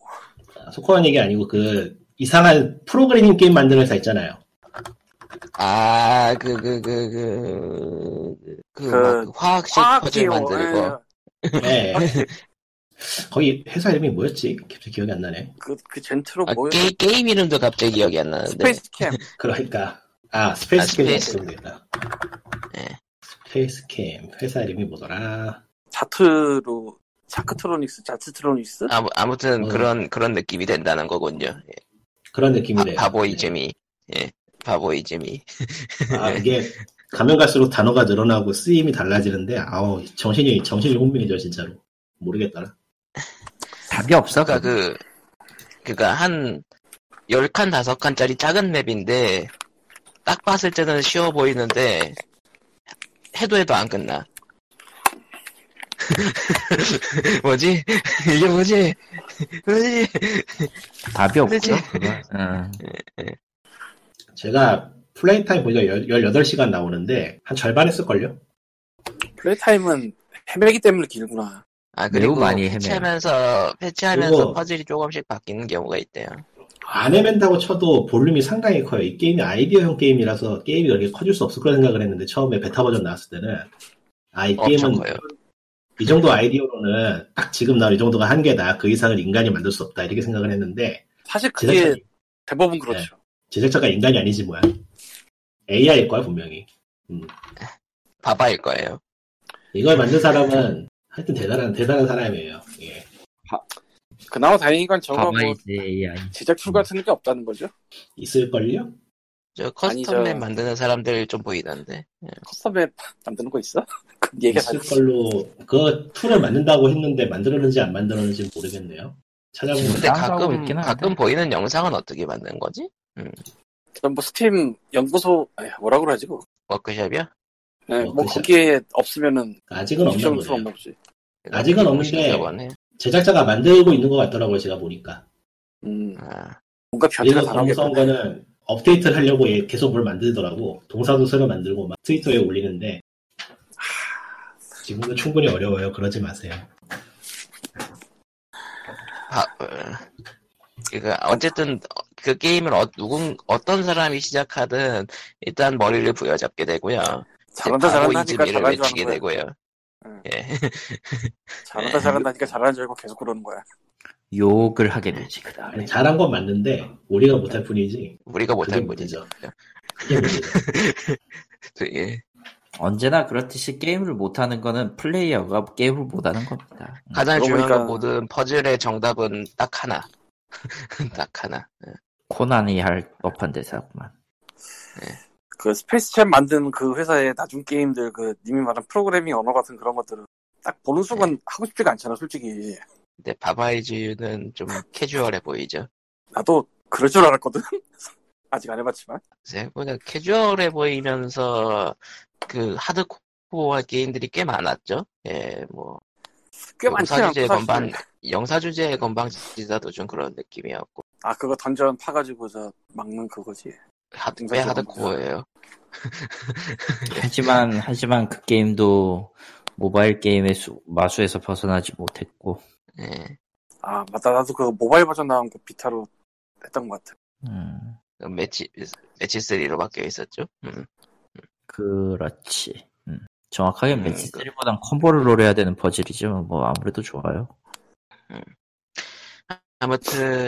[SPEAKER 3] 아, 소코한 얘기 아니고 그 이상한 프로그래밍 게임 만드는 회사 있잖아요.
[SPEAKER 1] 아, 그, 그, 그, 그, 그,
[SPEAKER 4] 그
[SPEAKER 1] 막 화학식 뭐, 퍼즐
[SPEAKER 4] 화학기호,
[SPEAKER 1] 만들고.
[SPEAKER 4] 예,
[SPEAKER 1] <laughs>
[SPEAKER 3] 네.
[SPEAKER 4] 화학기-
[SPEAKER 3] 거기 회사 이름이 뭐였지? 갑자기 기억이 안 나네.
[SPEAKER 4] 그, 그 젠트로
[SPEAKER 1] 아,
[SPEAKER 4] 뭐야?
[SPEAKER 1] 게, 게임 이름도 갑자기 기억이 안 나는데.
[SPEAKER 4] 스페이스 캠.
[SPEAKER 3] 그러니까. 아,
[SPEAKER 1] 아,
[SPEAKER 3] 스페이스
[SPEAKER 1] 스페이스.
[SPEAKER 3] 캠이었으면 되겠다.
[SPEAKER 1] 네.
[SPEAKER 3] 스페이스 캠. 회사 이름이 뭐더라?
[SPEAKER 4] 자트로, 자크트로닉스, 자트트로닉스?
[SPEAKER 1] 아무, 아무튼
[SPEAKER 3] 음.
[SPEAKER 1] 그런, 그런 느낌이 된다는 거군요. 예.
[SPEAKER 3] 그런
[SPEAKER 1] 바,
[SPEAKER 3] 느낌이네요.
[SPEAKER 1] 바보 이재미. 예. 바보 이재미.
[SPEAKER 3] 아,
[SPEAKER 4] 네.
[SPEAKER 3] 이게 가면 갈수록 단어가 늘어나고 쓰임이 달라지는데, 아우, 정신이, 정신이 혼미해져, 진짜로. 모르겠다.
[SPEAKER 2] 답이 없어.
[SPEAKER 1] 그니까
[SPEAKER 2] 그거.
[SPEAKER 1] 그, 그니까 한, 10칸, 5칸짜리 작은 맵인데, 딱 봤을 때는 쉬워 보이는데, 해도 해도 안 끝나. <laughs> 뭐지? <laughs> 이게 뭐지? <laughs> 뭐지?
[SPEAKER 2] 답이
[SPEAKER 1] 그치?
[SPEAKER 2] 없고요. 그건. 응.
[SPEAKER 3] 제가 플레이 타임 보니까 18시간 나오는데, 한 절반 했을걸요?
[SPEAKER 4] 플레이타임은 헤매기 때문에 길구나.
[SPEAKER 1] 아,
[SPEAKER 2] 매우
[SPEAKER 1] 그리고
[SPEAKER 2] 많이 헤매요.
[SPEAKER 1] 패치하면서, 패치하면서
[SPEAKER 3] 그리고-
[SPEAKER 1] 퍼즐이 조금씩 바뀌는 경우가 있대요.
[SPEAKER 3] 안 헤맨다고 쳐도 볼륨이 상당히 커요. 이 게임이 아이디어형 게임이라서 게임이 그렇게 커질 수 없을 거라 생각을 했는데, 처음에 베타 버전 나왔을 때는, 아,
[SPEAKER 4] 어,
[SPEAKER 3] 이
[SPEAKER 1] 엄청
[SPEAKER 3] 게임은
[SPEAKER 1] 커요.
[SPEAKER 3] 이 정도 아이디어로는 딱 지금 나올 이 정도가 한계다. 그 이상을 인간이 만들 수 없다. 이렇게 생각을 했는데,
[SPEAKER 4] 사실 그게
[SPEAKER 3] 제작자,
[SPEAKER 4] 대부분 그렇죠.
[SPEAKER 1] 네.
[SPEAKER 3] 제작자가 인간이 아니지 뭐야. AI일 거야, 분명히.
[SPEAKER 1] 바바일 거예요.
[SPEAKER 3] 이걸 만든 사람은 네, 하여튼 대단한 대단한 사람이에요. 예.
[SPEAKER 4] 그나마 다행인 건 저거 뭐
[SPEAKER 2] 바바이즈 AI.
[SPEAKER 4] 제작 툴 같은 게 없다는 거죠.
[SPEAKER 3] 있을걸요?
[SPEAKER 1] 저
[SPEAKER 4] 아니,
[SPEAKER 1] 커스텀
[SPEAKER 4] 저-
[SPEAKER 1] 맵 만드는 사람들 좀 보이던데. 예.
[SPEAKER 4] 커스텀에 만드는 거 있어? <laughs> 그 얘기가 다 있어.
[SPEAKER 3] 있을걸로 그 툴을 만든다고 했는데 만들었는지 안 만들었는지 모르겠네요. 찾아보면
[SPEAKER 4] 음.
[SPEAKER 1] 근데
[SPEAKER 2] 나가고
[SPEAKER 1] 가끔,
[SPEAKER 2] 있긴 한데.
[SPEAKER 1] 가끔 보이는 영상은 어떻게 만든 거지?
[SPEAKER 4] 그럼 뭐 스팀 연구소, 아니, 뭐라 그러지, 그거.
[SPEAKER 1] 워크숍이요?
[SPEAKER 4] 예,
[SPEAKER 3] 어,
[SPEAKER 4] 뭐
[SPEAKER 3] 그죠.
[SPEAKER 4] 거기에 없으면은
[SPEAKER 3] 아직은 없나
[SPEAKER 4] 수없
[SPEAKER 3] 보네요.
[SPEAKER 4] 없지
[SPEAKER 3] 아직은 없는데. 제작자가 만들고 있는 것 같더라고요. 제가 보니까.
[SPEAKER 4] 음,
[SPEAKER 1] 아,
[SPEAKER 4] 뭔가 변화가
[SPEAKER 3] 예전에
[SPEAKER 4] 다 나오겠다.
[SPEAKER 3] 동성 거는 업데이트를 하려고 얘 계속 뭘 만들더라고. 동사도 새로 만들고 막 트위터에 올리는데 지금도 충분히 어려워요. 그러지 마세요.
[SPEAKER 5] 아,
[SPEAKER 1] 바, 어, 그러니까 어쨌든 그 게임을 어, 누군 어떤 사람이 시작하든 일단 머리를 부여잡게 되고요.
[SPEAKER 4] 잘한다, 잘한다 하니까
[SPEAKER 1] 바보이즈미를
[SPEAKER 4] 잘하는 줄
[SPEAKER 1] 외치게
[SPEAKER 4] 아는 거야.
[SPEAKER 1] 되고요.
[SPEAKER 4] 응.
[SPEAKER 1] 예.
[SPEAKER 4] 잘한다, 잘한다 하니까 잘하는 줄 알고 계속 그러는 거야.
[SPEAKER 2] 욕을 하게 되지 그다음에.
[SPEAKER 3] 아니, 잘한 건 맞는데 우리가 못할 뿐이지.
[SPEAKER 1] 우리가
[SPEAKER 3] 그게
[SPEAKER 1] 못할 뿐이죠.
[SPEAKER 3] 문제죠. 그게 문제죠.
[SPEAKER 1] 예.
[SPEAKER 2] 언제나 그렇듯이 게임을 못하는 거는 플레이어가 게임을 못하는 겁니다. 음,
[SPEAKER 5] 가장
[SPEAKER 4] 그러고
[SPEAKER 5] 중요한 건
[SPEAKER 4] 보니까-
[SPEAKER 5] 모든 퍼즐의 정답은 딱 하나. <laughs> 딱 하나.
[SPEAKER 2] 코난이 할 법한 대사구만.
[SPEAKER 4] <laughs> 그 스페이스챔 만든 그 회사의 나중 게임들 그 님이 말한 프로그래밍 언어 같은 그런 것들은 딱 보는 순간 하고 싶지가 않잖아 솔직히
[SPEAKER 5] 근데 바바이즈는 좀 캐주얼해 보이죠.
[SPEAKER 4] 나도 그럴 줄 알았거든 <laughs> 아직 안 해봤지만
[SPEAKER 5] 생각보다 캐주얼해 보이면서 그 하드코어 게임들이 꽤 많았죠. 예, 뭐
[SPEAKER 4] 꽤 많지
[SPEAKER 5] 영사
[SPEAKER 4] 않고
[SPEAKER 5] 주제
[SPEAKER 4] 사실
[SPEAKER 5] 건반 영사 주제 건방지다도 좀 그런 느낌이었고
[SPEAKER 4] 아 그거 던전 파가지고 저 막는 그거지
[SPEAKER 5] 하드 꽤
[SPEAKER 4] 영사 주제
[SPEAKER 5] 하드코어예요.
[SPEAKER 2] 하지만 하지만 그 게임도 모바일 게임의 수- 마수에서 벗어나지 못했고.
[SPEAKER 5] 예,
[SPEAKER 4] 아 맞다 나도 그 모바일 버전 나온 거 비타로 했던 것 같아
[SPEAKER 2] 음,
[SPEAKER 5] 그 매치 매치 3로 바뀌어 있었죠. 음.
[SPEAKER 2] 그렇지. 음, 정확하게
[SPEAKER 5] 음,
[SPEAKER 2] 매치
[SPEAKER 5] 그-
[SPEAKER 2] 3보단 콤보를 노려야 되는 퍼즐이지만 뭐 아무래도 좋아요.
[SPEAKER 5] 아무튼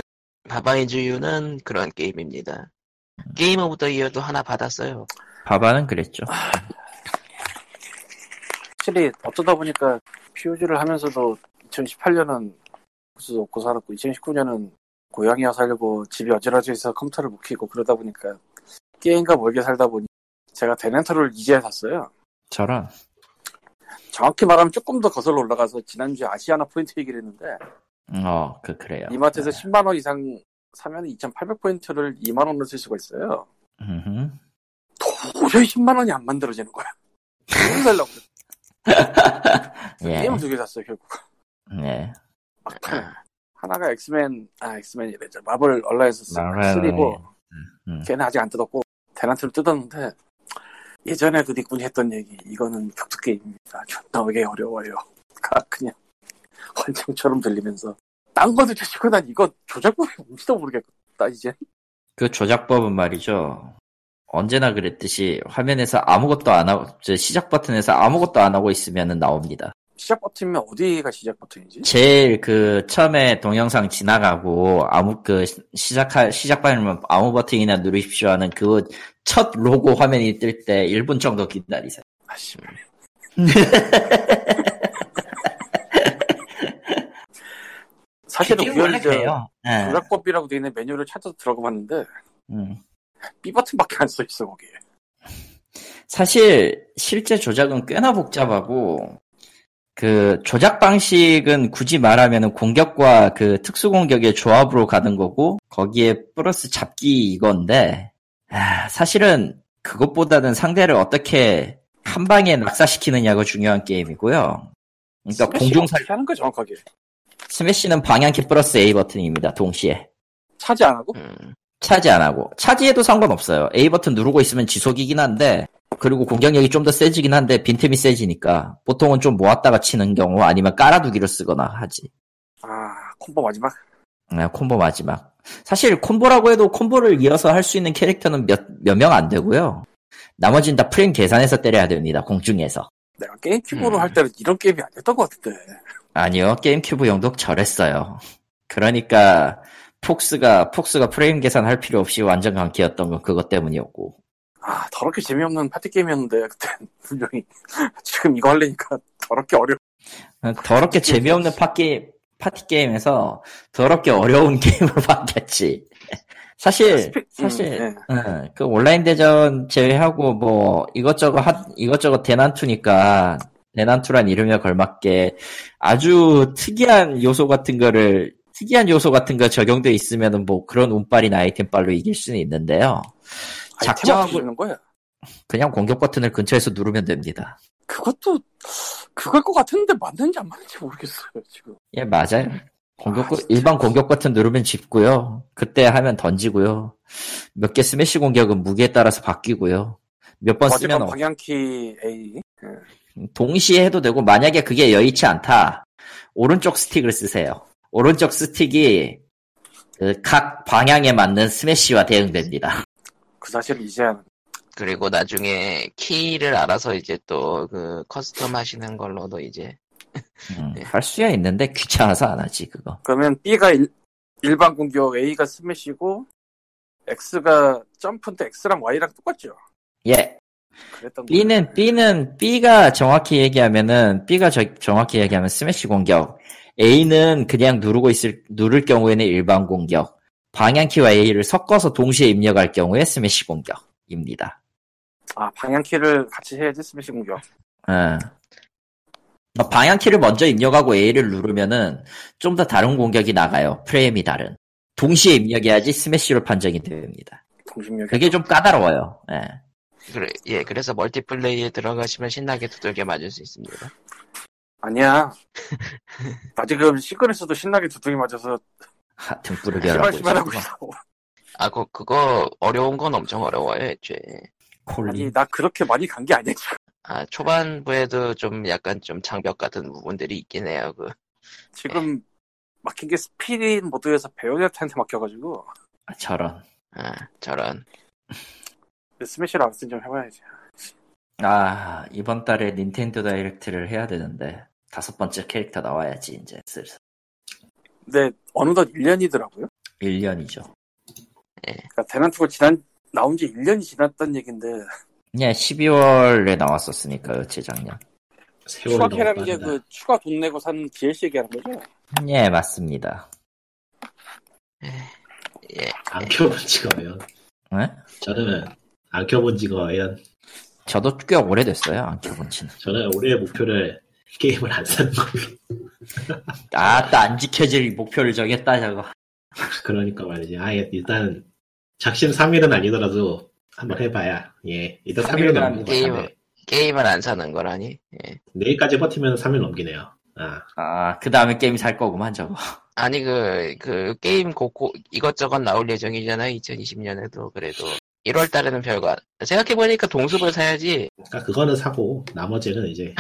[SPEAKER 5] 바바이즈유는 그런 게임입니다.
[SPEAKER 4] 음.
[SPEAKER 5] 게임 오브 더 이어도 하나 받았어요.
[SPEAKER 2] 바바는 그랬죠.
[SPEAKER 4] 확실히 어쩌다 보니까 POG를 하면서도 2018년은 그 구수도 없고 살았고 2019년은 고양이와 살고 집이 어지러져 있어 컴퓨터를 못 켜고 그러다 보니까 게임과 멀게 살다 보니 제가 데넨터를 이제 샀어요
[SPEAKER 2] 저랑
[SPEAKER 4] 정확히 말하면 조금 더 거슬러 올라가서 지난주에 아시아나 포인트 얘기를 했는데
[SPEAKER 2] 어, 그 그래요.
[SPEAKER 4] 이마트에서 10만 원 이상 사면 2,800포인트를 2만 원으로 쓸 수가 있어요.
[SPEAKER 2] 음흠.
[SPEAKER 4] 도저히 10만 원이 안 만들어지는 거야. 게임 살라고. 그랬어.
[SPEAKER 2] 예.
[SPEAKER 4] 게임을 두 개 샀어요, 결국.
[SPEAKER 2] 예.
[SPEAKER 4] 막판에. 아, 하나가 엑스맨, 아, 엑스맨이래. 저 마블 얼라이언스
[SPEAKER 2] 마블
[SPEAKER 4] 3고,
[SPEAKER 2] 음.
[SPEAKER 4] 걔는 아직 안 뜯었고, 대난트를 뜯었는데, 예전에 그 닉군이 했던 얘기, 이거는 격투 게임입니다. <laughs> 존나 오게 어려워요. 가, 그냥, 환청처럼 들리면서. 딴 것도 쳐치고 난 이거 조작법이 뭔지도 모르겠다, 이제.
[SPEAKER 2] 그 조작법은 말이죠. 언제나 그랬듯이 화면에서 아무것도 안 하고 저 시작 버튼에서 아무것도 안 하고 있으면 나옵니다.
[SPEAKER 4] 시작 버튼이면 어디가 시작 버튼이지?
[SPEAKER 2] 제일 그 처음에 동영상 지나가고 아무 그 시- 시작할 시작 버튼이면 아무 버튼이나 누르십시오 하는 그 첫 로고 화면이 뜰 때 1분 정도 기다리세요.
[SPEAKER 4] 아씨. 사실은
[SPEAKER 2] 그게 원래
[SPEAKER 4] 우연히 저
[SPEAKER 2] 그래요. 예.
[SPEAKER 4] 조작법이라고 돼 있는 메뉴를 찾아서 들어가봤는데
[SPEAKER 2] 음.
[SPEAKER 4] B 버튼밖에 안 써 있어 거기에.
[SPEAKER 2] 사실 실제 조작은 꽤나 복잡하고 그 조작 방식은 굳이 말하면 공격과 그 특수 공격의 조합으로 가는 거고 거기에 플러스 잡기 이건데 아, 사실은 그것보다는 상대를 어떻게 한 방에 낙사시키느냐가 중요한 게임이고요. 그러니까
[SPEAKER 4] 스매시가
[SPEAKER 2] 공중살
[SPEAKER 4] 어떻게 하는 거야 정확하게.
[SPEAKER 2] 스매시는 방향키 플러스 A 버튼입니다. 동시에
[SPEAKER 4] 차지 안 하고
[SPEAKER 5] 음.
[SPEAKER 2] 차지 안 하고 차지해도 상관없어요. A 버튼 누르고 있으면 지속이긴 한데 그리고 공격력이 좀 더 세지긴 한데 빈틈이 세지니까 보통은 좀 모았다가 치는 경우 아니면 깔아두기로 쓰거나 하지.
[SPEAKER 4] 아 콤보 마지막.
[SPEAKER 2] 아, 콤보 마지막. 사실 콤보라고 해도 콤보를 이어서 할 수 있는 캐릭터는 몇 몇 명 안 되고요. 나머지는 다 프레임 계산해서 때려야 됩니다. 공중에서.
[SPEAKER 4] 내가 게임 큐브로
[SPEAKER 5] 음.
[SPEAKER 4] 할 때는 이런 게임이 아니었던 것 같은데.
[SPEAKER 2] 아니요, 게임 큐브 영독 저랬어요. 그러니까 폭스가 폭스가 프레임 계산할 필요 없이 완전 강키였던 건 그것 때문이었고.
[SPEAKER 4] 아 더럽게 재미없는 파티 게임이었는데 <laughs> 그때 분명히 지금 이거 하려니까 더럽게 어려.
[SPEAKER 2] 더럽게
[SPEAKER 4] 그렇죠.
[SPEAKER 2] 재미없는 파티, 파티 게임에서 더럽게 어려운 <laughs> 게임을 받겠지. 사실,
[SPEAKER 4] 아, 스피-
[SPEAKER 2] 사실,
[SPEAKER 4] 음,
[SPEAKER 2] 응, 그 온라인 대전 제외하고 뭐 이것저것 하, 이것저것 대난투니까 대난투란 이름에 걸맞게 아주 특이한 요소 같은 거를 특이한 요소 같은 거 적용돼 있으면은 뭐 그런 운빨이나 아이템빨로 이길 수는 있는데요. 작정하고-
[SPEAKER 4] 작정하고 있는 거야.
[SPEAKER 2] 그냥 공격 버튼을 근처에서 누르면 됩니다.
[SPEAKER 4] 그것도 그걸 것 같은데 맞는지 안 맞는지 모르겠어요 지금.
[SPEAKER 2] 예, 맞아요. 공격,
[SPEAKER 4] 아, 진짜.
[SPEAKER 2] 일반 공격 버튼 누르면 짚고요. 그때 하면 던지고요. 몇 개 스매시 공격은 무게에 따라서 바뀌고요. 몇 번 쓰면
[SPEAKER 4] 어쨌건
[SPEAKER 2] 어-
[SPEAKER 4] 방향키 A.
[SPEAKER 2] 동시에 해도 되고, 만약에 그게 여의치 않다. 오른쪽 스틱을 쓰세요. 오른쪽 스틱이 그각 방향에 맞는 스매시와 대응됩니다.
[SPEAKER 4] 그 사실 이제 아는
[SPEAKER 5] 그리고 나중에 키를 알아서 이제 또 그 커스텀 하시는 걸로도 이제
[SPEAKER 2] 음,
[SPEAKER 4] 네.
[SPEAKER 2] 할 수야 있는데 귀찮아서 안 하지, 그거.
[SPEAKER 4] 그러면 B가 일, 일반 공격, A가 스매시고 X가 점프인데 X랑 Y랑 똑같죠.
[SPEAKER 2] 예.
[SPEAKER 4] 그랬던 거예요.
[SPEAKER 2] B는 B는 B가 정확히 얘기하면은 B가 저- 정확히 얘기하면 스매시 공격. A는 그냥 누르고 있을 누를 경우에는 일반 공격. 방향키와 A를 섞어서 동시에 입력할 경우에 스매시 공격입니다.
[SPEAKER 4] 아 방향키를 같이 해야지 스매시 공격.
[SPEAKER 2] 예. 어, 방향키를 먼저 입력하고 A를 누르면은 좀 더 다른 공격이 나가요. 프레임이 다른. 동시에 입력해야지 스매시로 판정이 됩니다.
[SPEAKER 4] 동심력.
[SPEAKER 2] 그게 좀 까다로워요. 예.
[SPEAKER 1] 그래, 예, 그래서 멀티플레이에 들어가시면 신나게 두들겨 맞을 수 있습니다.
[SPEAKER 4] 아니야. 나 지금 시그널에서도 신나게 두둥이 맞아서
[SPEAKER 2] 하, 등불을 열하고
[SPEAKER 4] 시발
[SPEAKER 2] 있어.
[SPEAKER 4] 시발하고 아, 있어.
[SPEAKER 1] 아, 그, 그거 어려운 건 엄청 어려워요, 애초에.
[SPEAKER 2] 콜린.
[SPEAKER 4] 아니 나 그렇게 많이 간 게 아니야. <laughs>
[SPEAKER 1] 아, 초반부에도 좀 약간 좀 장벽 같은 부분들이 있긴 해요. 그,
[SPEAKER 4] 지금 막힌 게 스피릿 모드에서 베요네타한테 막혀가지고
[SPEAKER 2] 아, 저런.
[SPEAKER 1] 아, 저런.
[SPEAKER 4] 스매시를 암튼 좀 해봐야지.
[SPEAKER 2] 아, 이번 달에 닌텐도 다이렉트를 해야 되는데, 다섯 번째 캐릭터 나와야지, 이제, 슬슬.
[SPEAKER 4] 근데 어느덧 1년이더라고요.
[SPEAKER 2] 1년이죠.
[SPEAKER 4] 그러니까 대난투가 지난 나온 지 1년이 지났단 얘긴데
[SPEAKER 2] 그냥 12월에 예, 나왔었으니까요, 재작년.
[SPEAKER 3] 세월이
[SPEAKER 4] 추가
[SPEAKER 3] 너무
[SPEAKER 4] 캐라는 게
[SPEAKER 3] 빠르다.
[SPEAKER 4] 그 추가 돈 내고 산 DLC 얘기하는 거죠?
[SPEAKER 2] 예, 맞습니다.
[SPEAKER 3] 안 켜본 지가 과연.
[SPEAKER 2] 예?
[SPEAKER 3] 저는 안 켜본 지가 과연.
[SPEAKER 2] 저도 꽤 오래됐어요, 안 켜본 지는.
[SPEAKER 3] 저는 올해의 목표를 게임을 안 사는 걸로.
[SPEAKER 2] 아, 또 안 지켜질 목표를 정했다, 저거.
[SPEAKER 3] <laughs> 그러니까 말이지. 아, 예, 일단 작심 3일은 아니더라도 한번 해봐야. 예, 일단 3일은
[SPEAKER 2] 삼일은
[SPEAKER 3] 넘는 것
[SPEAKER 1] 게임.
[SPEAKER 3] 같아요. 네.
[SPEAKER 1] 게임을 안 사는 거라니. 예.
[SPEAKER 3] 내일까지 버티면 3일 넘기네요. 아,
[SPEAKER 2] 아, 그 다음에 게임 살 거구만, 저거.
[SPEAKER 1] 아니, 그, 그, 게임 곳곳 이것저것 나올 예정이잖아요. 2020년에도. 그래도. 1월 달에는 별거 안- 생각해보니까 동숲을 사야지.
[SPEAKER 3] 그러니까 그거는 사고 나머지는 이제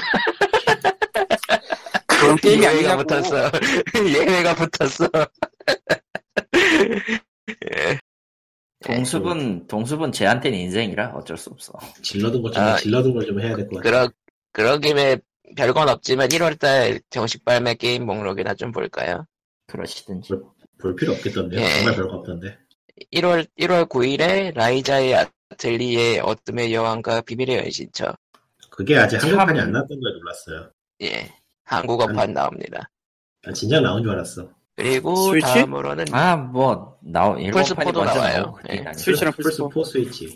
[SPEAKER 4] 그런 게임이
[SPEAKER 1] 예외가
[SPEAKER 4] 아니냐고.
[SPEAKER 1] 붙었어. <laughs> 예외가 붙었어. 네, 그렇죠.
[SPEAKER 2] 동숲은, 동숲은 제한테는 인생이라 어쩔 수 없어.
[SPEAKER 3] 질러둔 것좀
[SPEAKER 1] 아,
[SPEAKER 3] 질러둔 걸 좀 해야 될 것 같아요.
[SPEAKER 1] 그러, 그런 김에 별건 없지만 1월달 정식 발매 게임 목록이나 좀 볼까요?
[SPEAKER 2] 그러시든지.
[SPEAKER 1] 뭐,
[SPEAKER 3] 볼 필요 없겠던데요.
[SPEAKER 1] 예.
[SPEAKER 3] 정말 별거 없던데.
[SPEAKER 1] 1월, 1월 9일에 라이자의 아틀리에 어둠의 여왕과 비밀의 연신처.
[SPEAKER 3] 그게 아직
[SPEAKER 2] 참.
[SPEAKER 3] 한국판이 안 나왔던 걸 놀랐어요.
[SPEAKER 1] 예. 한국어판 나옵니다.
[SPEAKER 3] 난 진작 나온 줄 알았어.
[SPEAKER 1] 그리고
[SPEAKER 4] 스위치?
[SPEAKER 1] 다음으로는
[SPEAKER 2] 아, 뭐, 나오, 일본판이
[SPEAKER 1] 플스4도
[SPEAKER 2] 먼저
[SPEAKER 1] 나와요.
[SPEAKER 2] 나오고, 그때
[SPEAKER 1] 예.
[SPEAKER 2] 나니까.
[SPEAKER 4] 스위치랑
[SPEAKER 3] 플스 4
[SPEAKER 4] 플스4.
[SPEAKER 3] 스위치.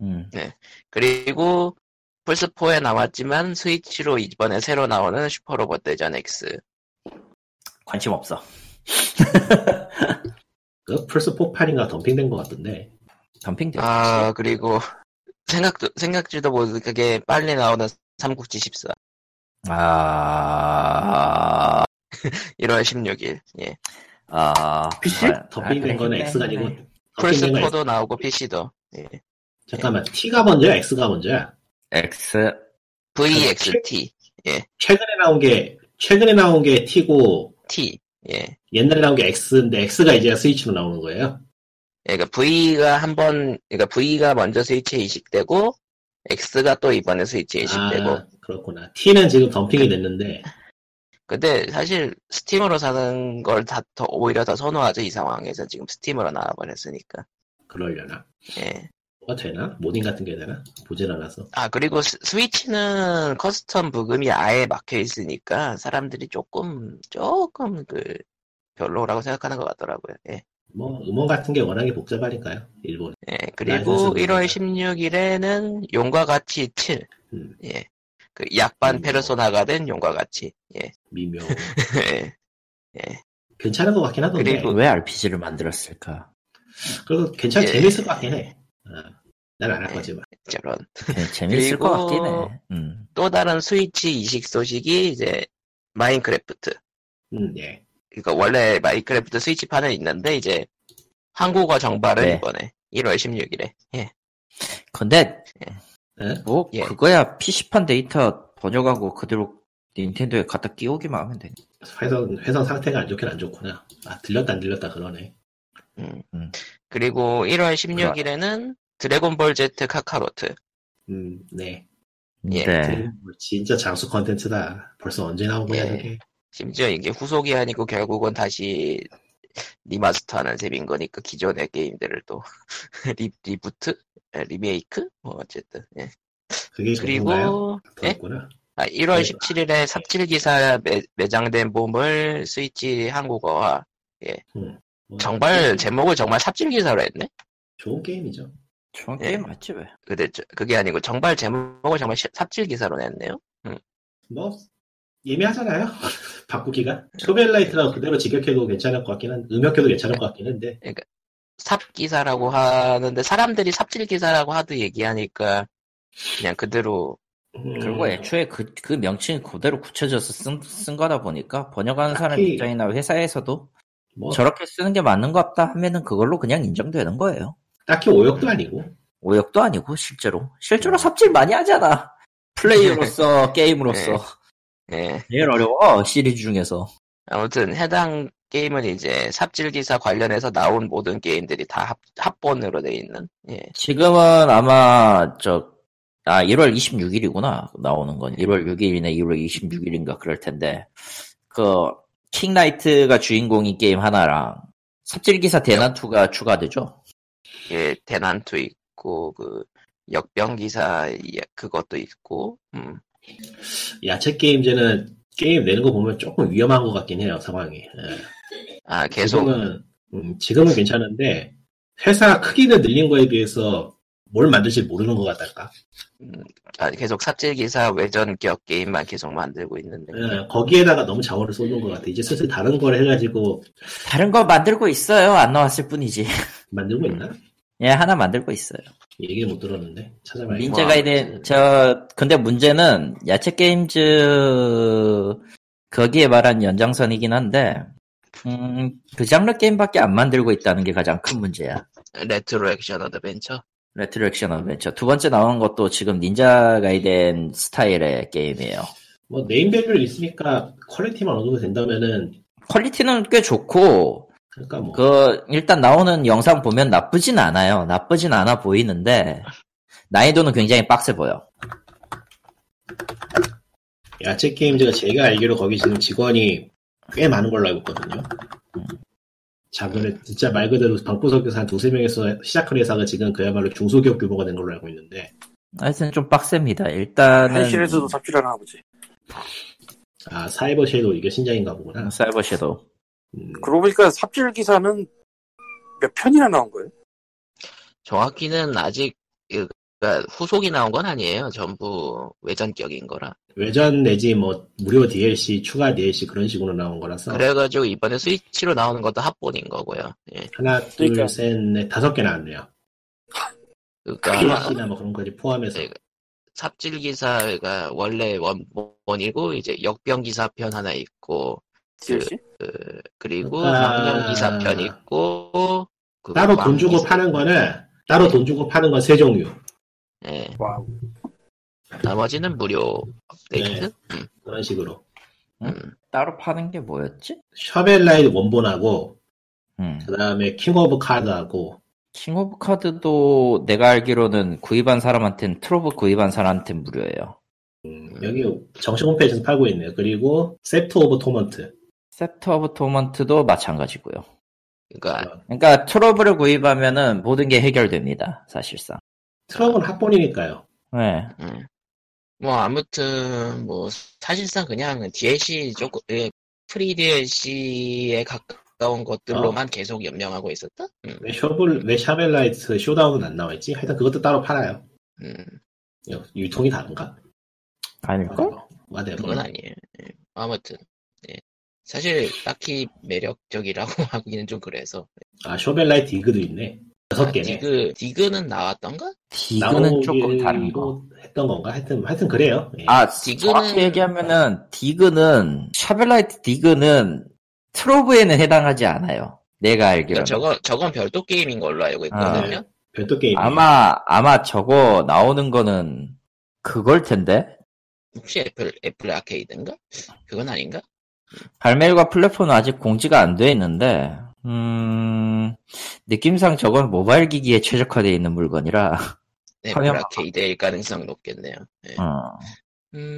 [SPEAKER 2] 음.
[SPEAKER 1] 그리고 플스4에 나왔지만 스위치로 이번에 새로 나오는 슈퍼로봇 대전 X.
[SPEAKER 2] 관심 없어.
[SPEAKER 3] 그 플스 4 판인가 덤핑된 것 같던데.
[SPEAKER 2] 덤핑 돼요.
[SPEAKER 1] 아, 그리고 생각도, 생각지도 못하게 빨리 나오는 삼국지 14.
[SPEAKER 2] 아,
[SPEAKER 1] 1월 16일. 예.
[SPEAKER 2] 아,
[SPEAKER 4] PC?
[SPEAKER 3] 덤핑된 거는 X가
[SPEAKER 2] 네.
[SPEAKER 3] 아니고 덤핑된 건 X.
[SPEAKER 1] 플스4도 나오고 PC도. 예.
[SPEAKER 3] 잠깐만 T가 먼저야 X가 먼저야.
[SPEAKER 2] X,
[SPEAKER 1] VXT.
[SPEAKER 3] 최근에 나온 게 최근에 나온 게 T고
[SPEAKER 1] T. 예.
[SPEAKER 3] 옛날에 나온 게 X인데 X가 이제 스위치로 나오는 거예요.
[SPEAKER 1] 그러니까 V가 한 번, 그러니까 V가 먼저 스위치에 이식되고, X가 또 이번에 스위치에 이식되고.
[SPEAKER 3] 아 그렇구나. T는 지금 덤핑이 됐는데
[SPEAKER 1] 근데 사실 스팀으로 사는 걸 다 더, 오히려 더 선호하죠. 이 상황에서 지금 스팀으로 나와버렸으니까.
[SPEAKER 3] 그러려나?
[SPEAKER 1] 예.
[SPEAKER 3] 뭐가 되나? 모딩 같은 게 되나? 보질 않아서.
[SPEAKER 1] 아, 그리고 스, 위치는 커스텀 부금이 아예 막혀 있으니까 사람들이 조금, 조금 그, 별로라고 생각하는 것 같더라고요. 예.
[SPEAKER 3] 뭐 음원 같은 게 워낙에 복잡하니까요. 일본.
[SPEAKER 1] 예,
[SPEAKER 3] 라이선스
[SPEAKER 1] 그리고 1월 16일에는 용과 같이 7.
[SPEAKER 3] 음.
[SPEAKER 1] 예. 그 약반
[SPEAKER 3] 음.
[SPEAKER 1] 페르소나가 된 용과 같이. 예. <laughs>
[SPEAKER 3] 미묘.
[SPEAKER 1] 예.
[SPEAKER 3] 괜찮은 것 같긴 하던데.
[SPEAKER 1] 그리고-
[SPEAKER 2] 왜 RPG를 만들었을까?
[SPEAKER 3] 그래도 괜찮
[SPEAKER 1] 예. 네.
[SPEAKER 3] 재밌을 것 같긴 해. 아, 난 안 할 거지만.
[SPEAKER 1] 저런. <laughs>
[SPEAKER 2] 그냥 재밌을
[SPEAKER 1] 그리고-
[SPEAKER 2] 것 같긴 해. 음.
[SPEAKER 1] 또 다른 스위치 이식 소식이 이제 마인크래프트.
[SPEAKER 3] 음, 예.
[SPEAKER 1] 그러니까 원래 마인크래프트 스위치판은 있는데 이제 한국어 정발은
[SPEAKER 2] 네.
[SPEAKER 1] 이번에 1월 16일에. 예.
[SPEAKER 2] 근데,
[SPEAKER 3] 예?
[SPEAKER 2] 뭐,
[SPEAKER 1] 예.
[SPEAKER 2] 그거야 PC판 데이터 번역하고 그대로 닌텐도에 갖다 끼우기만 하면 되니.
[SPEAKER 3] 회선 회선 상태가 안 좋긴 안 좋구나. 아 들렸다 안 들렸다 그러네.
[SPEAKER 1] 음.
[SPEAKER 2] 음.
[SPEAKER 1] 그리고 1월 16일에는 드래곤볼 Z 카카로트.
[SPEAKER 3] 음, 네.
[SPEAKER 1] 예.
[SPEAKER 2] 네.
[SPEAKER 3] 드래곤볼 진짜 장수 컨텐츠다. 벌써 언제 나온 거야
[SPEAKER 1] 예.
[SPEAKER 3] 그게?
[SPEAKER 1] 심지어 이게 후속이 아니고 결국은 다시 리마스터하는 셈인 거니까 <laughs> 기존의 게임들을 또 리, 리부트? 에, 리메이크? 뭐 어쨌든 예.
[SPEAKER 3] 그게 그건가요?
[SPEAKER 1] 그리고 예?
[SPEAKER 3] 그렇구나.
[SPEAKER 1] 아, 1월
[SPEAKER 3] 네.
[SPEAKER 1] 17일에 삽질기사 매, 매장된 봄을 스위치 한국어와
[SPEAKER 3] 뭐,
[SPEAKER 1] 정말 제목을 정말 삽질기사로 했네?
[SPEAKER 3] 좋은 게임이죠.
[SPEAKER 2] 좋은
[SPEAKER 1] 예.
[SPEAKER 2] 게임 맞지 왜?
[SPEAKER 1] 그대, 그게 아니고 정말 제목을 정말 시- 삽질기사로 냈네요.
[SPEAKER 3] 뭐 예매하잖아요. <laughs> 바꾸기가 소벨라이트라고 그대로 직역해도 괜찮을 것 같긴 한 음역해도 괜찮을 것 같긴 한데
[SPEAKER 1] 삽기사라고 하는데 사람들이 삽질기사라고 하도 얘기하니까 그냥 그대로
[SPEAKER 3] 음,
[SPEAKER 2] 그리고 애초에 그, 그 명칭이 그대로 굳혀져서 쓴, 쓴 거다 보니까 번역하는 사람
[SPEAKER 3] 딱히-
[SPEAKER 2] 입장이나 회사에서도
[SPEAKER 3] 뭐
[SPEAKER 2] 저렇게 쓰는 게 맞는 것 같다 하면은 그걸로 그냥 인정되는 거예요.
[SPEAKER 3] 딱히 오역도 아니고
[SPEAKER 2] 오역도 아니고 실제로 실제로 삽질 많이 하잖아. <laughs> 플레이어로서 게임으로서
[SPEAKER 1] 예.
[SPEAKER 2] 네. 제일 어려워 시리즈 중에서
[SPEAKER 1] 아무튼 해당 게임은 이제 삽질기사 관련해서 나온 모든 게임들이 다 합, 합본으로 돼 있는 예.
[SPEAKER 2] 지금은 아마 저 아 1월 26일이구나 나오는 건 1월 6일이나 1월 26일인가 그럴 텐데 그 킹라이트가 주인공인 게임 하나랑 삽질기사 대난투가 추가되죠.
[SPEAKER 1] 예, 대난투 있고 그 역병기사 예, 그것도 있고 음.
[SPEAKER 3] 야채 게임제는 게임 내는 거 보면 조금 위험한 것 같긴 해요 상황이. 예.
[SPEAKER 1] 아 계속
[SPEAKER 3] 지금은 음, 지금은 괜찮은데 회사 크기를 늘린 거에 비해서 뭘 만들지 모르는 것 같달까.
[SPEAKER 1] 아, 계속 삽질기사 외전격 게임만 계속 만들고 있는데
[SPEAKER 3] 예, 거기에다가 너무 자원을 쏟는 것 같아. 이제 슬슬 다른 걸 해가지고
[SPEAKER 2] 다른 거 만들고 있어요. 안 나왔을 뿐이지. <laughs>
[SPEAKER 3] 만들고 있나?
[SPEAKER 2] 예, 하나 만들고 있어요.
[SPEAKER 3] 얘기 못 들었는데 찾아봐야겠다.
[SPEAKER 1] 민-
[SPEAKER 2] 민재가 이제 저 근데 문제는 야채 게임즈 거기에 말한 연장선이긴 한데 음, 그 장르 게임밖에 안 만들고 있다는 게 가장 큰 문제야.
[SPEAKER 1] 레트로 액션 어드벤처
[SPEAKER 2] 레트로 액션 어드벤처 두 번째 나온 것도 지금 닌자 가이덴 스타일의 게임이에요.
[SPEAKER 3] 뭐 네임 밸류 있으니까 퀄리티만 어느 정도 된다면은
[SPEAKER 2] 퀄리티는 꽤 좋고
[SPEAKER 3] 그러니까 뭐
[SPEAKER 2] 그 일단 나오는 영상 보면 나쁘진 않아요. 나쁘진 않아 보이는데 난이도는 굉장히 빡세 보여.
[SPEAKER 3] 야채 게임 제가 제가 알기로 거기 지금 직원이 꽤 많은 걸로 알고 있거든요. 음. 작은 애- 진짜 말 그대로 방구석에서 한 두세 명에서 시작한 회사가 지금 그야말로 중소기업 규모가 된 걸로 알고 있는데
[SPEAKER 2] 하여튼 좀 빡셉니다. 일단은
[SPEAKER 4] 현실에서도 삽질하는 아버지.
[SPEAKER 3] 아 사이버 섀도우 이게 신작인가 보구나.
[SPEAKER 2] 사이버 섀도우
[SPEAKER 3] 음,
[SPEAKER 4] 그러고 보니까 삽질 기사는 몇 편이나 나온 거예요?
[SPEAKER 1] 정확히는 아직 그 그러니까 후속이 나온 건 아니에요. 전부 외전격인 거라.
[SPEAKER 3] 외전 내지 뭐 무료 DLC 추가 DLC 그런 식으로 나온 거라서
[SPEAKER 1] 그래가지고 이번에 스위치로 나오는 것도 합본인 거고요. 예.
[SPEAKER 3] 하나
[SPEAKER 4] 그러니까.
[SPEAKER 3] 둘셋넷 다섯 개 나왔네요.
[SPEAKER 1] 그러니까
[SPEAKER 3] DLC나 뭐 그런 거지 포함해서
[SPEAKER 1] 네. 삽질 기사가 그러니까 원래 원본이고 이제 역병 기사 편 하나 있고
[SPEAKER 4] DLC?
[SPEAKER 1] 그리고
[SPEAKER 3] 아.
[SPEAKER 1] 망령 기사 편 있고 그
[SPEAKER 3] 따로
[SPEAKER 1] 망
[SPEAKER 3] 돈 주고
[SPEAKER 1] 기사-
[SPEAKER 3] 파는 거는 따로 돈 주고 파는 건 세 종류.
[SPEAKER 1] 예.
[SPEAKER 4] 와우.
[SPEAKER 1] 나머지는 무료 업데이트.
[SPEAKER 3] 그런 식으로. 네.
[SPEAKER 1] 음.
[SPEAKER 2] 따로 파는 게 뭐였지?
[SPEAKER 3] 셔벨라이드 원본하고,
[SPEAKER 2] 음.
[SPEAKER 3] 그 다음에 킹 오브 카드하고,
[SPEAKER 2] 킹 오브 카드도 내가 알기로는 구입한 사람한테는 트로브 구입한 사람한테는 무료예요.
[SPEAKER 1] 음.
[SPEAKER 3] 여기 정식 홈페이지에서 팔고 있네요. 그리고 세프트 오브 토먼트.
[SPEAKER 2] 셉터 오브 토먼트도 마찬가지고요.
[SPEAKER 1] 그러니까
[SPEAKER 2] 그러니까 트러블을 구입하면은 모든 게 해결됩니다. 사실상.
[SPEAKER 3] 트럭은 학본이니까요.
[SPEAKER 2] 네.
[SPEAKER 1] 음. 뭐 아무튼 뭐 사실상 그냥 DLC 조금 예, 프리 DLC에 가까운 것들로만 계속 연명하고 있었다. 음,
[SPEAKER 3] 왜 셔벨, 왜 샤벨라이트 쇼다운은 안 나와있지? 하여튼 그것도 따로 팔아요.
[SPEAKER 1] 음,
[SPEAKER 3] 여- 유통이 다른가?
[SPEAKER 2] 아닐까?
[SPEAKER 3] 와대고.
[SPEAKER 1] 그건 아니에요. 예. 아무튼 예. 사실 딱히 매력적이라고 <laughs> 하기는 좀 그래서
[SPEAKER 3] 아, 셔벨라이트 디그도 있네. 다섯
[SPEAKER 1] 아,
[SPEAKER 3] 개네.
[SPEAKER 1] 디그 디그는 나왔던가?
[SPEAKER 2] 디그는 조금
[SPEAKER 3] 나오기로
[SPEAKER 2] 다른 거.
[SPEAKER 3] 했던 건가? 하여튼, 하여튼 그래요. 예.
[SPEAKER 2] 아,
[SPEAKER 1] 디그는-
[SPEAKER 2] 정확히 얘기하면은 디그는 샤벨라이트 디그는 트로브에는 해당하지 않아요. 내가
[SPEAKER 1] 그러니까
[SPEAKER 2] 알기로는.
[SPEAKER 1] 저거 저건 별도 게임인 걸로 알고 있거든요.
[SPEAKER 3] 별도 게임.
[SPEAKER 2] 아마 아마 저거 나오는 거는 그걸 텐데.
[SPEAKER 1] 혹시 애플 애플 아케이드인가? 그건 아닌가?
[SPEAKER 2] 발매일과 플랫폼은 아직 공지가 안 돼 있는데, 음, 느낌상 저건 모바일 기기에 최적화되어 있는 물건이라,
[SPEAKER 1] 네, 애플
[SPEAKER 2] 화면-
[SPEAKER 1] 아케이드일 가능성이 높겠네요. 예.
[SPEAKER 2] 어,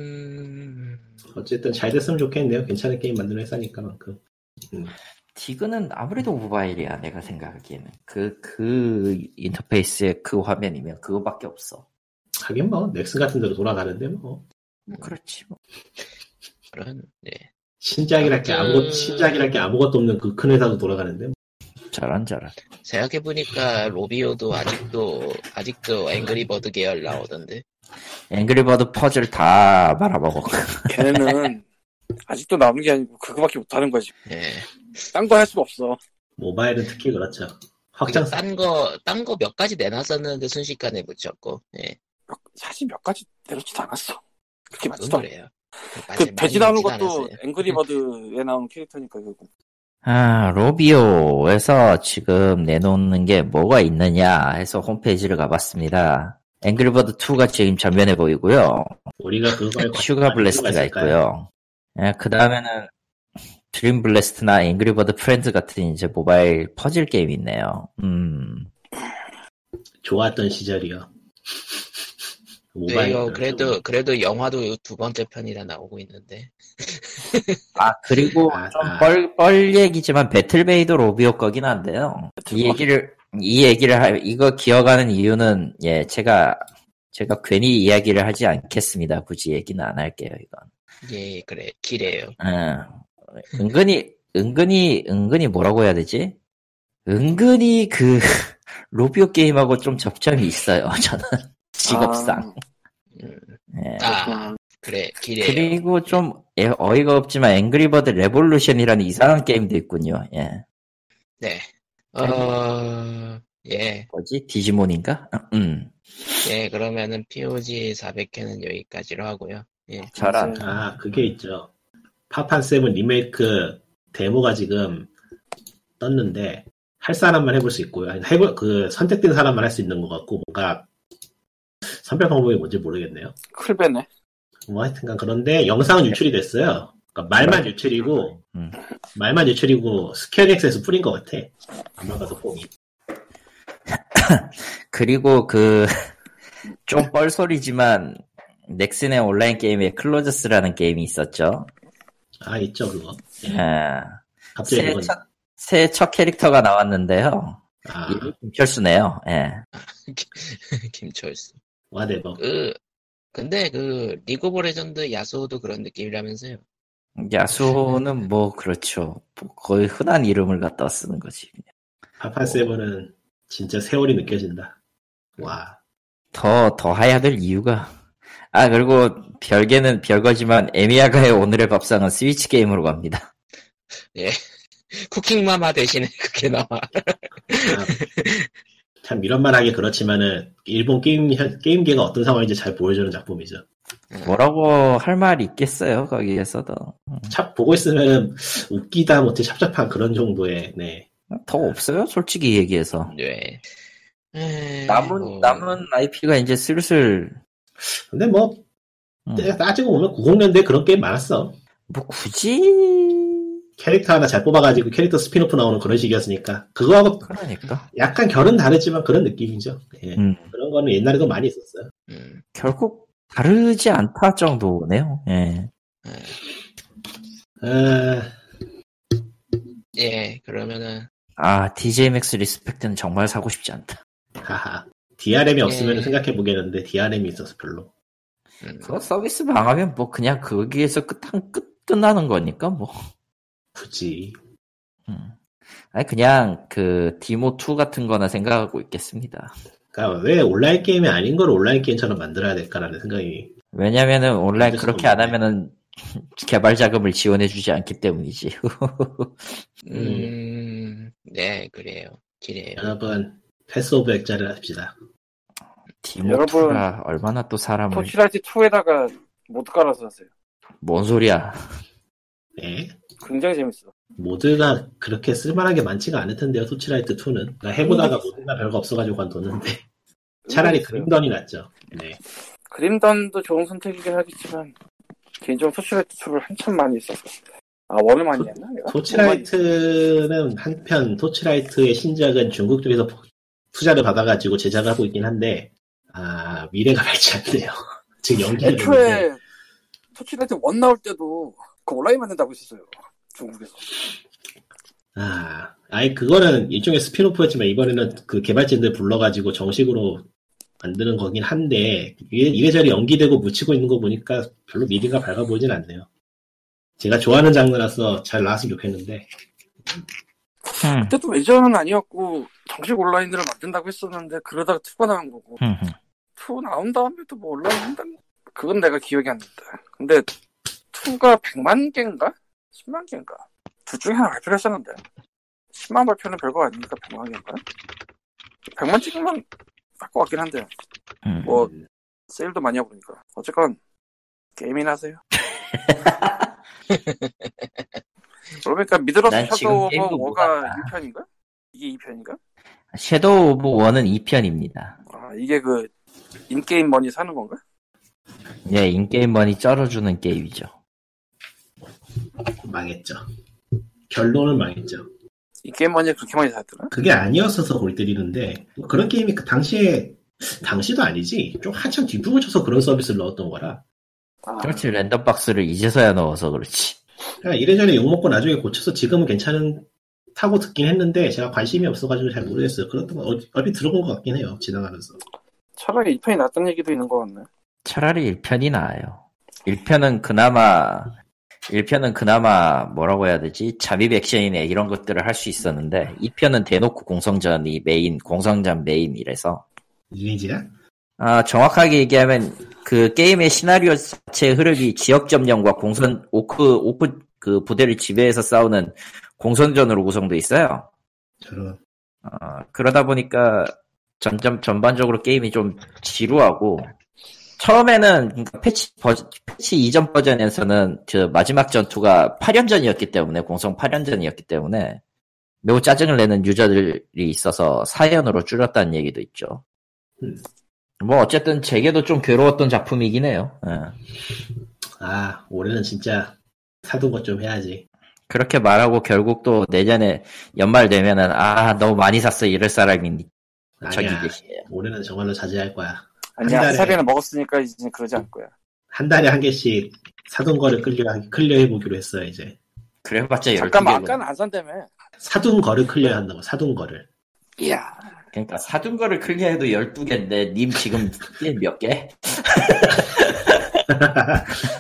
[SPEAKER 1] 음.
[SPEAKER 3] 어쨌든 잘 됐으면 좋겠네요. 괜찮은 게임 만드는 회사니까 만큼.
[SPEAKER 2] 디그는 아무래도 모바일이야, 내가 생각하기에는. 그, 그 인터페이스의 그 화면이면 그거밖에 없어.
[SPEAKER 3] 하긴 뭐 넥슨 같은 데로 돌아가는데 뭐
[SPEAKER 2] 그렇지 뭐.
[SPEAKER 5] 그런 네.
[SPEAKER 3] 신작이랄 게 아무것
[SPEAKER 1] 음.
[SPEAKER 3] 신작이랄 게 아무것도 없는 그 큰 회사로 돌아가는데 뭐.
[SPEAKER 2] 저런 저런.
[SPEAKER 1] 생각해 보니까 로비오도 아직도 아직도 앵그리버드 계열 나오던데.
[SPEAKER 2] 앵그리버드 퍼즐 다 말아먹어.
[SPEAKER 4] 걔네는 아직도 남은 게 아니고 그거밖에 못하는 거지.
[SPEAKER 1] 예.
[SPEAKER 4] 딴 거 할 수가 없어.
[SPEAKER 3] 모바일은 특히 그렇죠. 확장
[SPEAKER 2] 그러니까
[SPEAKER 1] 딴거 딴 거 몇 가지 내놨었는데 순식간에 묻혔고. 예.
[SPEAKER 4] 몇- 사실 몇 가지 내놓지도 않았어. 그렇게
[SPEAKER 1] 그건
[SPEAKER 4] 많지도 않아.
[SPEAKER 1] 그래요.
[SPEAKER 4] 그 배지나오는
[SPEAKER 1] 많이
[SPEAKER 4] 것도
[SPEAKER 1] 묻진 않았어요.
[SPEAKER 4] 앵그리버드에 나오는 캐릭터니까 결국.
[SPEAKER 2] 아, 로비오에서 지금 내놓는 게 뭐가 있느냐 해서 홈페이지를 가봤습니다. 앵글버드 2가 지금 전면에 보이고요.
[SPEAKER 3] 우리가 그거에 관-
[SPEAKER 2] 슈가 블래스트가
[SPEAKER 3] 관심이 있을까요?
[SPEAKER 2] 있고요. 그 다음에는 드림 블래스트나 앵그리버드 프렌즈 같은 이제 모바일 퍼즐 게임이 있네요. 음,
[SPEAKER 3] 좋았던 시절이요. 모바일
[SPEAKER 1] 왜요? 네, 그래도 그래도 영화도 두 번째 편이라 나오고 있는데.
[SPEAKER 2] 아 그리고
[SPEAKER 3] 아, 아.
[SPEAKER 2] 좀 뻘 뻘 얘기지만 배틀베이도 로비오 거긴 한데요. 이 얘기를 이 얘기를 하, 이거 기억하는 이유는 예 제가 제가 괜히 이야기를 하지 않겠습니다. 굳이 얘기는 안 할게요 이건.
[SPEAKER 1] 예, 그래. 기래요.
[SPEAKER 2] 예. 은근히 은근히 은근히 뭐라고 해야 되지? 은근히 그 <laughs> 로비오 게임하고 좀 접점이 있어요. <laughs> 저는 직업상. 예.
[SPEAKER 1] 아,
[SPEAKER 4] 아,
[SPEAKER 1] 그래. 기래요.
[SPEAKER 2] 그리고 좀 예, 어이가 없지만 앵그리버드 레볼루션이라는 이상한 게임도 있군요. 예.
[SPEAKER 1] 네. 어, 예,
[SPEAKER 2] 뭐지? 디지몬인가? <clears throat> 음.
[SPEAKER 1] 예, 그러면은 POG 400회는 여기까지로 하고요. <laughs> 예.
[SPEAKER 2] 저랑
[SPEAKER 4] 그래서
[SPEAKER 3] 아 그게 있죠. 파판 세븐 리메이크 데모가 지금 떴는데 할 사람만 해볼 수 있고요. 아니, 해볼 그 선택된 사람만 할 수 있는 것 같고 뭔가 선별 방법이 뭔지 모르겠네요.
[SPEAKER 4] 클베네.
[SPEAKER 3] 뭐 하여튼간 그런데 영상은 유출이 됐어요. 그러니까 말만 유출이고
[SPEAKER 2] 음.
[SPEAKER 3] 말만 유출이고 스퀘어닉스에서 뿌린 것 같아. 아마 가서 보기.
[SPEAKER 2] 그리고 그 <laughs> 좀 뻘소리지만 넥슨의 온라인 게임에 클로저스라는 게임이 있었죠.
[SPEAKER 3] 아 있죠 그거.
[SPEAKER 1] 네.
[SPEAKER 2] 아,
[SPEAKER 3] 갑자기
[SPEAKER 2] 새해
[SPEAKER 3] 그건
[SPEAKER 2] 첫, 새해 첫 캐릭터가 나왔는데요.
[SPEAKER 3] 아,
[SPEAKER 2] 이름이 김철수네요. 예.
[SPEAKER 1] 김철수.
[SPEAKER 3] 와 대박.
[SPEAKER 1] 그, 근데 그, 리그 오브 레전드 야수호도 그런 느낌이라면서요.
[SPEAKER 2] 야수호는 뭐 그렇죠. 뭐 거의 흔한 이름을 갖다 쓰는 거지.
[SPEAKER 3] 파판 세븐은 진짜 세월이 느껴진다. 와.
[SPEAKER 2] 더, 더 해야 될 이유가. 아, 그리고 별개는 별거지만 에미야가의 오늘의 밥상은 스위치 게임으로 갑니다.
[SPEAKER 1] 쿠킹마마 대신에 <laughs> 그게 나와.
[SPEAKER 3] 참, 참 이런 말하기 그렇지만은 일본 게임 현- 게임계가 어떤 상황인지 잘 보여주는 작품이죠.
[SPEAKER 2] 뭐라고 할 말이 있겠어요, 거기에서도.
[SPEAKER 3] 참 보고 있으면 웃기다 못해 찹찹한 그런 정도의 네.
[SPEAKER 2] 더 없어요, 솔직히 얘기해서.
[SPEAKER 1] 네. 에이,
[SPEAKER 2] 남은,
[SPEAKER 1] 뭐,
[SPEAKER 2] 남은 IP가 이제 슬슬,
[SPEAKER 3] 근데 뭐
[SPEAKER 2] 음,
[SPEAKER 3] 내가 따지고 보면 90년대 그런 게임 많았어.
[SPEAKER 2] 뭐 굳이,
[SPEAKER 3] 캐릭터 하나 잘 뽑아가지고 캐릭터 스피노프 나오는 그런 식이었으니까 그거하고
[SPEAKER 2] 그러니까.
[SPEAKER 3] 약간 결은 다르지만 그런 느낌이죠. 예.
[SPEAKER 2] 음,
[SPEAKER 3] 그런 거는 옛날에도 많이 있었어요.
[SPEAKER 1] 음,
[SPEAKER 2] 결국 다르지 않다 정도네요, 예.
[SPEAKER 3] 아,
[SPEAKER 1] 예, 그러면은,
[SPEAKER 2] 아, DJMX 리스펙트는 정말 사고 싶지 않다.
[SPEAKER 3] 하하. DRM이 없으면
[SPEAKER 1] 예.
[SPEAKER 3] 생각해 보겠는데 DRM이 있어서 별로.
[SPEAKER 1] 음,
[SPEAKER 2] 그거 서비스 망하면 뭐 그냥 거기에서 끝, 한, 끝, 끝나는 거니까 뭐.
[SPEAKER 3] 굳이
[SPEAKER 2] 음. 아니, 그냥 그, 디모2 같은 거나 생각하고 있겠습니다.
[SPEAKER 3] 그러니까 왜 온라인 게임이 아닌 걸 온라인 게임처럼 만들어야 될까라는 생각이
[SPEAKER 2] 왜냐면은 온라인
[SPEAKER 3] 만들 수가
[SPEAKER 2] 그렇게 안
[SPEAKER 3] 없네.
[SPEAKER 2] 하면은 <laughs> 개발 자금을 지원해주지 않기 때문이지.
[SPEAKER 1] 음, 네, 그래요. 기래요.
[SPEAKER 2] 음.
[SPEAKER 3] 여러분 패스 오브 액자를 합시다.
[SPEAKER 2] 디모트가 얼마나 또 사람을
[SPEAKER 4] 토치라이트 2에다가 모두 깔아서 하세요.
[SPEAKER 2] 뭔 소리야?
[SPEAKER 3] 네.
[SPEAKER 4] 굉장히 재밌어.
[SPEAKER 3] 모드가 그렇게 쓸만한 게 많지가 않을 텐데요. 토치라이트 2는 그러니까
[SPEAKER 4] 음.
[SPEAKER 3] 해보다가 모드가 별거 없어가지고 안 뒀는데 차라리 그림던이 낫죠. 네.
[SPEAKER 4] 음. 그림단도 좋은 선택이긴 하겠지만 개인적으로 토치라이트 2를 한참 많이 썼어. 아 원을 많이 했나? 내가?
[SPEAKER 3] 토치라이트는 한편 토치라이트의 신작은 중국 쪽에서 투자를 받아가지고 제작을 하고 있긴 한데 아 미래가 <laughs> 밝지 않네요. 지금 연기를 했는데
[SPEAKER 4] 애초에 토치라이트 1 나올 때도 그 온라인 만든다고 했었어요. 중국에서.
[SPEAKER 3] 아 아니 그거는 일종의 스피노프였지만 이번에는 그 개발진들 불러가지고 정식으로 만드는 거긴 한데 이게 이래저래 연기되고 묻히고 있는 거 보니까 별로 미디가 밝아 보이진 않네요. 제가 좋아하는 장르라서 잘 나왔으면 좋겠는데
[SPEAKER 2] 음,
[SPEAKER 4] 그때도 메이저는 아니었고 정식 온라인들을 만든다고 했었는데 그러다가 투가 나온 거고
[SPEAKER 2] 음, 음.
[SPEAKER 4] 투 나온 다음에 또 뭐 온라인 한다는 그건 내가 기억이 안 난다. 근데 투가 100만 개인가? 10만 개인가? 둘 중에 하나 발표를 했었는데 10만 발표는 별거 아니니까 100만 개인가? 100만 찍으면 할것 같긴 한데
[SPEAKER 2] 음.
[SPEAKER 4] 뭐 세일도 많이 하고 그러니까 어쨌건
[SPEAKER 2] <laughs>
[SPEAKER 4] 게임이나 하세요. 그러니까
[SPEAKER 2] 난
[SPEAKER 4] 미드러스
[SPEAKER 2] 지금
[SPEAKER 4] 섀도우
[SPEAKER 2] 게임도
[SPEAKER 4] 오브
[SPEAKER 2] 못
[SPEAKER 4] 워가
[SPEAKER 2] 봤다.
[SPEAKER 4] 1편인가? 이게 2편인가?
[SPEAKER 2] 섀도우 오브 원은 2편입니다.
[SPEAKER 4] 아 이게 그 인게임 머니 사는 건가?
[SPEAKER 2] 예, 인게임머니 쩔어주는 게임이죠.
[SPEAKER 3] 망했죠. 결론은 망했죠.
[SPEAKER 4] 인게임 머니 그렇게 많이 샀더라?
[SPEAKER 3] 그게 아니었어서 골 때리는데 뭐 그런 게임이 그 당시에 당시도 아니지 좀 한참 뒷부분 쳐서 그런 서비스를 넣었던 거라
[SPEAKER 4] 아,
[SPEAKER 2] 그렇지, 랜덤박스를 이제서야 넣어서 그렇지.
[SPEAKER 3] 그냥 이래저래 욕먹고 나중에 고쳐서 지금은 괜찮은 타고 듣긴 했는데 제가 관심이 없어가지고 잘 모르겠어요. 그렇다고 어, 얼핏 들어본 것 같긴 해요. 지나가면서.
[SPEAKER 4] 차라리 2편이 낫다는 얘기도 있는 것 같네.
[SPEAKER 2] 차라리 1편이 나아요. 1편은 그나마, 1편은 그나마 뭐라고 해야 되지? 잠입 액션이나 이런 것들을 할 수 있었는데, 2편은 대놓고 공성전이 메인, 공성전 메인이라서.
[SPEAKER 3] 리니지야?
[SPEAKER 2] 아, 정확하게 얘기하면 그 게임의 시나리오 자체의 흐름이 지역 점령과 공선, 오크, 오크 그 부대를 지배해서 싸우는 공선전으로 구성돼 있어요.
[SPEAKER 3] 저런.
[SPEAKER 2] 어, 그러다 보니까 점점 전반적으로 게임이 좀 지루하고 처음에는 그러니까 패치 버전, 패치 이전 버전에서는 그 마지막 전투가 8연전이었기 때문에 공성 8연전이었기 때문에 매우 짜증을 내는 유저들이 있어서 4연으로 줄였다는 얘기도 있죠.
[SPEAKER 3] 음.
[SPEAKER 2] 뭐 어쨌든 제게도 좀 괴로웠던 작품이긴 해요. 예.
[SPEAKER 3] 아 올해는 진짜 사두고 좀 해야지.
[SPEAKER 2] 그렇게 말하고 결국 또 내년에 연말 되면은 아 너무 많이 샀어 이럴 사람이 저기
[SPEAKER 3] 아니야.
[SPEAKER 2] 계시네요.
[SPEAKER 3] 올해는 정말로 자제할 거야.
[SPEAKER 4] 아니야
[SPEAKER 3] 한 달에-
[SPEAKER 4] 한 살이나 먹었으니까 이제 그러지 않을 거야.
[SPEAKER 3] 한 달에 한 개씩 사둔 거를 클리어 클리어 해보기로 했어요 이제.
[SPEAKER 2] 그래봤자 12개.
[SPEAKER 4] 잠깐만 뭐 아까는 안 산다며.
[SPEAKER 3] 사둔 거를 클리어 한다고 사둔
[SPEAKER 2] <laughs>
[SPEAKER 3] 거를.
[SPEAKER 4] 이야
[SPEAKER 2] 그러니까 사둔 거를 클리어해도 12개인데 님 지금 게임 몇 개?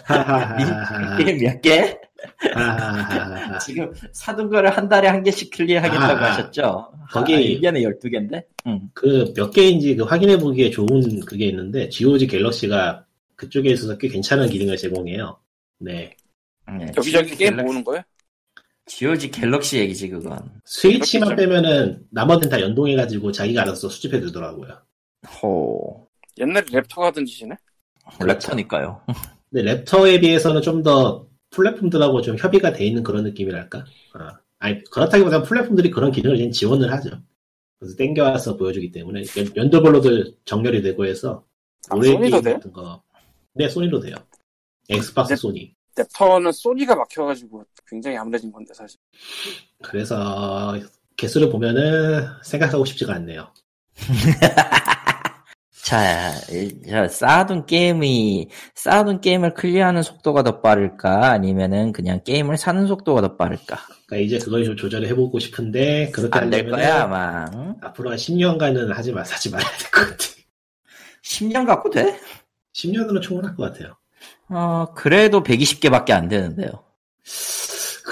[SPEAKER 3] 하하하하하.
[SPEAKER 2] 게임 몇 개?
[SPEAKER 3] 하하하하하.
[SPEAKER 2] 지금 사둔 거를 한 달에 한 개씩 클리어하겠다고
[SPEAKER 3] 아,
[SPEAKER 2] 하셨죠?
[SPEAKER 3] 거기-
[SPEAKER 2] 아, 1년에 12개인데? 응.
[SPEAKER 3] 그 몇 개인지 그 확인해 보기에 좋은 그게 있는데 GOG 갤럭시가 그쪽에 있어서 꽤 괜찮은 기능을 제공해요. 네.
[SPEAKER 2] 네,
[SPEAKER 4] 여기저기
[SPEAKER 2] GOG
[SPEAKER 4] 게임
[SPEAKER 2] 갤럭시-
[SPEAKER 4] 모으는 거야?
[SPEAKER 2] GOG 갤럭시 얘기지 그건.
[SPEAKER 3] 스위치만 빼면은 나머지는 다 연동해가지고 자기가 알아서 수집해 주더라고요.
[SPEAKER 2] 호.
[SPEAKER 4] 옛날에 랩터가 하던 짓이네.
[SPEAKER 2] 랩터니까요.
[SPEAKER 3] 근데 랩터에 비해서는 좀 더 플랫폼들하고 좀 협의가 돼 있는 그런 느낌이랄까? 아, 아니, 그렇다기보다 플랫폼들이 그런 기능을 이제 지원을 하죠. 그래서 땡겨와서 보여주기 때문에 연- 연도별로도 정렬이 되고 해서
[SPEAKER 4] 아,
[SPEAKER 3] 올해
[SPEAKER 4] 소니도
[SPEAKER 3] 게임
[SPEAKER 4] 돼?
[SPEAKER 3] 같은 거. 네, 소니로 돼요. 엑스박스
[SPEAKER 4] 네.
[SPEAKER 3] 소니.
[SPEAKER 4] 랩터는 소니가 막혀가지고 굉장히 암울해진 건데 사실.
[SPEAKER 3] 그래서 개수를 보면은 생각하고 싶지가 않네요.
[SPEAKER 2] 자, 이- 자, 쌓아둔 게임이, 쌓아둔 게임을 클리어하는 속도가 더 빠를까? 아니면은 그냥 게임을 사는 속도가 더 빠를까?
[SPEAKER 3] 그러니까 이제 그걸 좀 조절을 해보고 싶은데 그렇게
[SPEAKER 2] 안 될
[SPEAKER 3] 하려면
[SPEAKER 2] 거야, 아마. 응?
[SPEAKER 3] 앞으로 한 10년간은 하지 마, 사지 말아야 될 것 같아. <laughs>
[SPEAKER 2] 10년 갖고 돼?
[SPEAKER 3] 10년으로 충분할 것 같아요.
[SPEAKER 2] 어, 그래도 120개밖에 안 되는데요.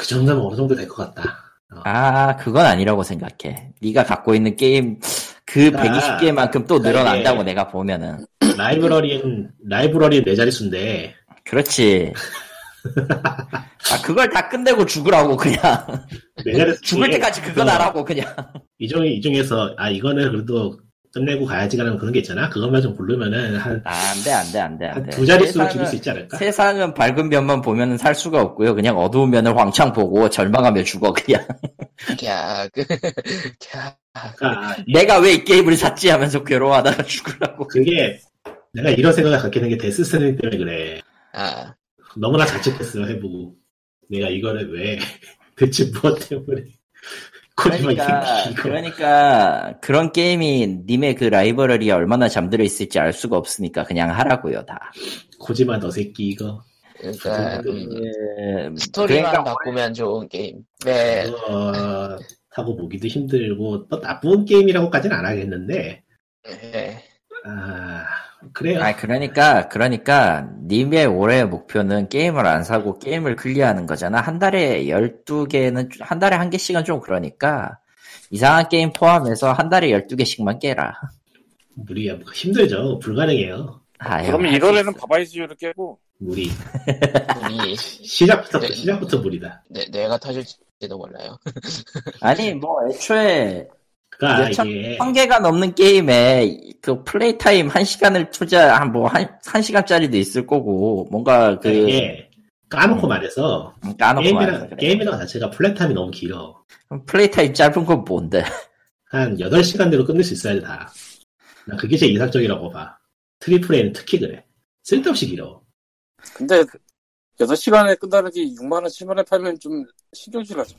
[SPEAKER 3] 그 정도면 어느 정도 될 것 같다.
[SPEAKER 2] 아, 그건 아니라고 생각해. 네가 갖고 있는 게임 그
[SPEAKER 3] 그러니까,
[SPEAKER 2] 120개만큼 또
[SPEAKER 3] 그러니까
[SPEAKER 2] 늘어난다고
[SPEAKER 3] 이게-
[SPEAKER 2] 내가 보면은.
[SPEAKER 3] 라이브러리는 라이브러리는 네 자릿수인데
[SPEAKER 2] 그렇지. 아, 그걸 다 끝내고 죽으라고 그냥.
[SPEAKER 3] 네 자릿수
[SPEAKER 2] 어, 죽을
[SPEAKER 3] 중에
[SPEAKER 2] 때까지 그건
[SPEAKER 3] 그
[SPEAKER 2] 하라고 그냥.
[SPEAKER 3] 이 중에 이 중에서 아 이거는 그래도 끝내고 가야지라는 그런 게 있잖아. 그것만 좀 고르면은 한
[SPEAKER 2] 아, 안 돼, 안 돼, 안 돼, 안
[SPEAKER 3] 한
[SPEAKER 2] 돼.
[SPEAKER 3] 두 자릿수로
[SPEAKER 2] 세상은-
[SPEAKER 3] 줄일 수 있지 않을까?
[SPEAKER 2] 세상은 밝은 면만 보면은 살 수가 없고요. 그냥 어두운 면을 왕창 보고 절망하며 죽어 그냥.
[SPEAKER 1] 갸, 그, <laughs> 갸.
[SPEAKER 3] 그러니까
[SPEAKER 2] 내가 왜 이 게임을 샀지 하면서 괴로워하다가 <laughs> 죽으라고.
[SPEAKER 3] 그게 내가 이런 생각을 갖게 된 게 데스 스트랜딩 때문에 그래.
[SPEAKER 1] 아,
[SPEAKER 3] 너무나 자책했어요 해보고 내가 이거를 왜 <laughs> 대체 무엇 때문에 <laughs> 코지마 이
[SPEAKER 2] 그러니까,
[SPEAKER 3] 새끼 <laughs> 이거
[SPEAKER 2] 그러니까 그런 게임이 님의 그 라이브러리에 얼마나 잠들어 있을지 알 수가 없으니까 그냥 하라고요 다.
[SPEAKER 3] 코지마 너 새끼 이거
[SPEAKER 1] 그러니까, 음,
[SPEAKER 2] 음,
[SPEAKER 1] 스토리만
[SPEAKER 2] 그러니까
[SPEAKER 1] 바꾸면 좋은 게임. 네,
[SPEAKER 3] 이거 하고 보기도 힘들고 또 나쁜 게임이라고까지는 안 하겠는데
[SPEAKER 2] <laughs>
[SPEAKER 1] 네.
[SPEAKER 3] 아, 그래요.
[SPEAKER 2] 아 그러니까 그러니까 님의 올해 목표는 게임을 안 사고 게임을 클리어하는 거잖아. 한 달에 12개는 한 달에 한 개씩은 좀 그러니까 이상한 게임 포함해서 한 달에 12개씩만 깨라.
[SPEAKER 3] 무리야. 힘들죠. 불가능해요.
[SPEAKER 2] 아유,
[SPEAKER 4] 그러면
[SPEAKER 2] 네, 할수
[SPEAKER 4] 1월에는
[SPEAKER 2] 있어.
[SPEAKER 4] 바바이즈유를 깨고
[SPEAKER 3] 무리.
[SPEAKER 1] 우리
[SPEAKER 3] 시작부터
[SPEAKER 1] 네.
[SPEAKER 3] 시작부터 무리다.
[SPEAKER 1] 뇌, 뇌가 터질지도 몰라요.
[SPEAKER 2] 아니 뭐 애초에
[SPEAKER 3] 그러니까
[SPEAKER 2] 예측-
[SPEAKER 3] 이게
[SPEAKER 2] 천 개가 넘는 게임에 그 플레이 타임 한 시간을 투자 한 뭐한 한 시간짜리도 있을 거고 뭔가
[SPEAKER 3] 그러니까
[SPEAKER 2] 그
[SPEAKER 3] 이게 까놓고 말해서
[SPEAKER 2] 까놓고 말해서
[SPEAKER 3] 게임이랑
[SPEAKER 2] 그래.
[SPEAKER 3] 게임이랑 자체가 플랫함이 너무 길어.
[SPEAKER 2] 그럼 플레이 타임 짧은 건 뭔데? <laughs>
[SPEAKER 3] 한 8시간대로 끝낼 수 있어야 돼, 다. 난 그게 제일 이상적이라고 봐. 트리플 A는 특히 그래. 쓸데없이 길어.
[SPEAKER 4] 근데 6시간에 끝나는 게 6만원 7만원 팔면 좀 신경질 나죠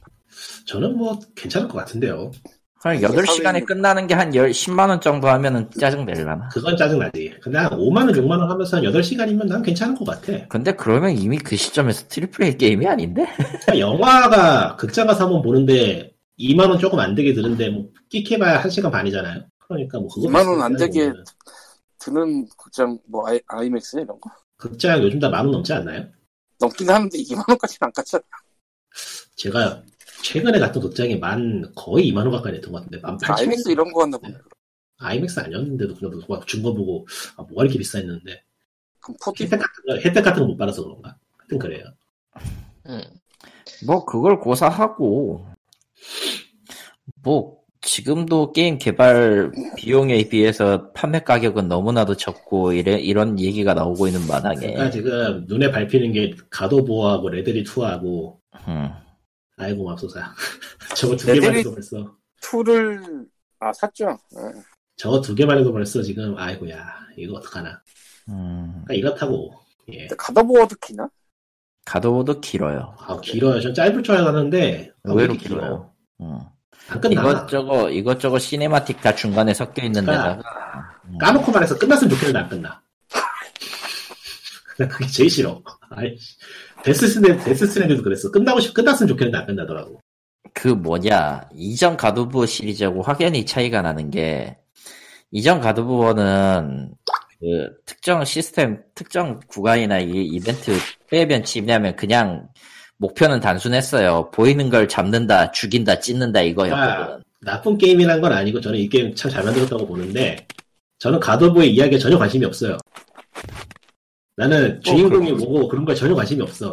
[SPEAKER 3] 저는 뭐 괜찮을 것 같은데요.
[SPEAKER 2] 그럼
[SPEAKER 4] 이게
[SPEAKER 2] 8시간에
[SPEAKER 4] 사회는-
[SPEAKER 2] 끝나는 게 한 10만 원 정도 하면은 짜증 내려나.
[SPEAKER 3] 그건 짜증나지. 근데 한 5만원, 6만원 하면서 한 8시간이면 난 괜찮은 것 같아.
[SPEAKER 2] 근데 그러면 이미 그 시점에서 트리플 A 게임이 아닌데?
[SPEAKER 3] 그러니까 영화가 극장 가서 한번 보는데 2만원 조금 안 되게 드는데 뭐 끼켜봐야 1시간 반이잖아요. 그러니까 뭐 그거
[SPEAKER 4] 2만 원안
[SPEAKER 3] 비슷하게
[SPEAKER 4] 되게-
[SPEAKER 3] 보면은
[SPEAKER 4] 드는 극장 뭐 아이, 아이맥스 이런 거
[SPEAKER 3] 극장 요즘 다 만 원 넘지 않나요?
[SPEAKER 4] 넘긴 하는데 2만원까지는 안 갔잖아
[SPEAKER 3] 제가 최근에 갔던 극장이 만 거의 2만원 가까이 됐던 것 같은데 만 8천
[SPEAKER 4] 그 아이맥스 이런 거 갔나 보네
[SPEAKER 3] 아이맥스 아니었는데도 그냥 누가 준거 보고 아, 뭐가 이렇게 비싸했는데
[SPEAKER 4] 그럼 4D
[SPEAKER 3] 혜택 같은 거 혜택 같은 거 못 받아서 그런가? 하여튼 그래요.
[SPEAKER 1] 음.
[SPEAKER 2] 뭐 그걸 고사하고 뭐 지금도 게임 개발 비용에 비해서 판매 가격은 너무나도 적고 이래, 이런 얘기가 나오고 있는
[SPEAKER 4] 네.
[SPEAKER 2] 마당에
[SPEAKER 3] 그러니까 지금 눈에 밟히는 게 가도보하고 레데리 2하고
[SPEAKER 2] 음.
[SPEAKER 3] 아이고 맙소사. <laughs> 저거 두 개만
[SPEAKER 4] 레데리-
[SPEAKER 3] 해도 벌써
[SPEAKER 4] 2를 아 샀죠 예.
[SPEAKER 3] 저거 두 개만 해도 벌써 지금 아이고야 이거 어떡하나.
[SPEAKER 2] 음,
[SPEAKER 3] 그러니까 이렇다고. 예.
[SPEAKER 4] 근데 가더보어도 키나?
[SPEAKER 2] 가도도 길어요.
[SPEAKER 3] 아 길어요. 전 짧을 줄 알았는데 아, 왜
[SPEAKER 2] 의외로
[SPEAKER 3] 이렇게 길어?
[SPEAKER 2] 길어요. 음.
[SPEAKER 3] 안 끝나.
[SPEAKER 2] 이것저것 이것저것 시네마틱 다 중간에 섞여 있는
[SPEAKER 3] 그러니까
[SPEAKER 2] 데다가 음.
[SPEAKER 3] 까놓고 말해서 끝났으면 좋겠는데 안 끝나. <laughs> 나 그게 제일 싫어. 아이씨. 데스스네, 데스스네도 그랬어. 끝나고 싶, 끝났으면 좋겠는데 안 끝나더라고.
[SPEAKER 2] 그 뭐냐 이전 가도부 시리즈하고 확연히 차이가 나는 게 이전 가도부는 그 특정 시스템 특정 구간이나 이 이벤트 빼면 치냐면 그냥 목표는 단순했어요 보이는 걸 잡는다 죽인다 찢는다
[SPEAKER 3] 네.
[SPEAKER 2] 이거였거든
[SPEAKER 3] 나쁜 게임이란 건 아니고 저는 이 게임 참 잘 만들었다고 보는데 저는 가도보의 이야기에 전혀 관심이 없어요. 나는 주인공이
[SPEAKER 6] 어, 그렇구나.
[SPEAKER 3] 뭐고 그런 거에 전혀 관심이 없어.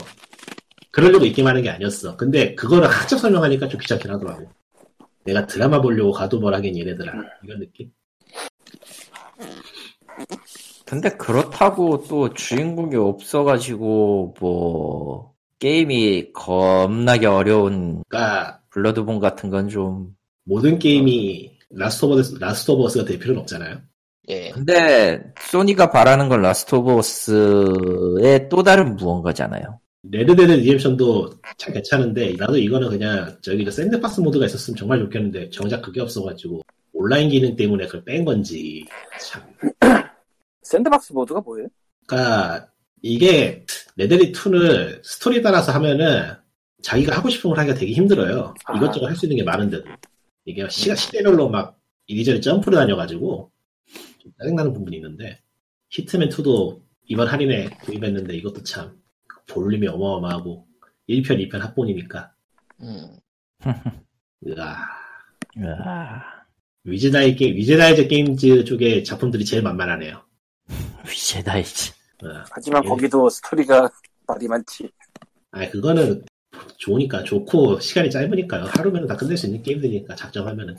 [SPEAKER 3] 그러려고 이 게임 하는 게 아니었어. 근데 그거를 학적 설명하니까 좀 귀찮긴 하더라고. 내가 드라마 보려고 가도보를 하긴 얘네들아. 이런 느낌?
[SPEAKER 2] 근데 그렇다고 또 주인공이 없어가지고 뭐 게임이 겁나게 어려운
[SPEAKER 3] 그러니까
[SPEAKER 2] 블러드본 같은 건좀
[SPEAKER 3] 모든 게임이 라스트 오브 어스, 라스트 오브 어스가 될 필요는 없잖아요.
[SPEAKER 1] 예.
[SPEAKER 2] 근데 소니가 바라는 건 라스트 오브 어스의 또 다른 무언가잖아요.
[SPEAKER 3] 레드데드 리엠션도 참 괜찮은데 나도 이거는 그냥 저기 저 샌드박스 모드가 있었으면 정말 좋겠는데 정작 그게 없어가지고 온라인 기능 때문에 그걸 뺀 건지 참.
[SPEAKER 4] 샌드박스 모드가 뭐예요?
[SPEAKER 3] 그러니까 이게 레드데드 2를 스토리 따라서 하면은 자기가 하고 싶은 걸 하기가 되게 힘들어요.
[SPEAKER 4] 아.
[SPEAKER 3] 이것저것 할 수 있는 게 많은데도 이게 시간 시대별로 막 이리저리 점프를 다녀가지고 좀 짜증나는 부분이 있는데 히트맨 2도 이번 할인에 구입했는데 이것도 참 볼륨이 어마어마하고 1편, 2편 합본이니까
[SPEAKER 1] 음.
[SPEAKER 3] 으아.
[SPEAKER 2] 으아,
[SPEAKER 3] 위즈다이 게임, 위즈다이즈 게임즈 쪽의 작품들이 제일 만만하네요.
[SPEAKER 2] 위제다이지.
[SPEAKER 3] 아,
[SPEAKER 4] 하지만
[SPEAKER 3] 예.
[SPEAKER 4] 거기도 스토리가 <laughs> 말이 많지
[SPEAKER 3] 아니, 그거는 좋으니까, 좋고, 시간이 짧으니까요. 하루면 다 끝낼 수 있는 게임들이니까, 작정하면은.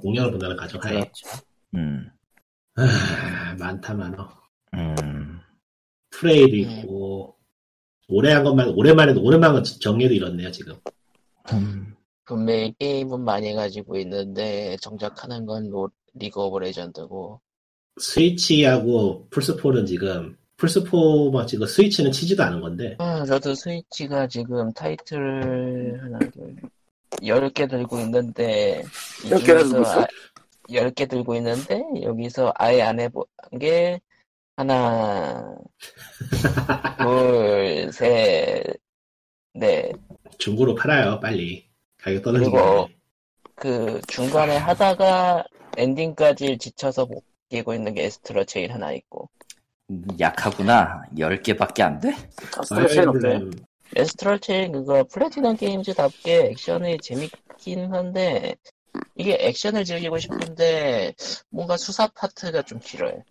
[SPEAKER 3] 공연을 본다는 가정하에.
[SPEAKER 2] 음,
[SPEAKER 3] 아, 많다, 많어.
[SPEAKER 2] 음.
[SPEAKER 3] 프레이도
[SPEAKER 2] 네.
[SPEAKER 3] 있고, 오래 한 것만, 오랜만에, 오랜만에 정리도 이렇네요, 지금.
[SPEAKER 2] 음.
[SPEAKER 1] 분명히 게임은 많이 가지고 있는데 정작 하는 건뭐 로, 리그 오브 레전드고
[SPEAKER 3] 스위치하고 플스4는 지금, 플스4만 지금 스위치는 치지도 않은 건데,
[SPEAKER 1] 음, 저도 스위치가 지금 타이틀 하나 둘 10개 들고 있는데 이
[SPEAKER 4] 몇 개나
[SPEAKER 1] 중에서
[SPEAKER 4] 들고 있어?
[SPEAKER 1] 아, 10개 들고 있는데 여기서 아예 안 해본 게
[SPEAKER 4] <laughs>
[SPEAKER 1] 하나 둘셋넷 네.
[SPEAKER 3] 중고로 팔아요, 빨리. 가격 떨어지게.
[SPEAKER 1] 그리고 그 중간에 하다가 엔딩까지 지쳐서 못 깨고 있는 게 에스트로 체인 하나 있고
[SPEAKER 2] 약하구나. 10개밖에 안 돼?
[SPEAKER 4] 스토리 체인
[SPEAKER 2] 예.
[SPEAKER 4] 어때?
[SPEAKER 3] 아이언블렘.
[SPEAKER 1] 에스트럴 체인 그거 플래티넘 게임즈답게 액션이 재밌긴 한데 이게 액션을 즐기고 싶은데 뭔가 수사 파트가 좀 길어요.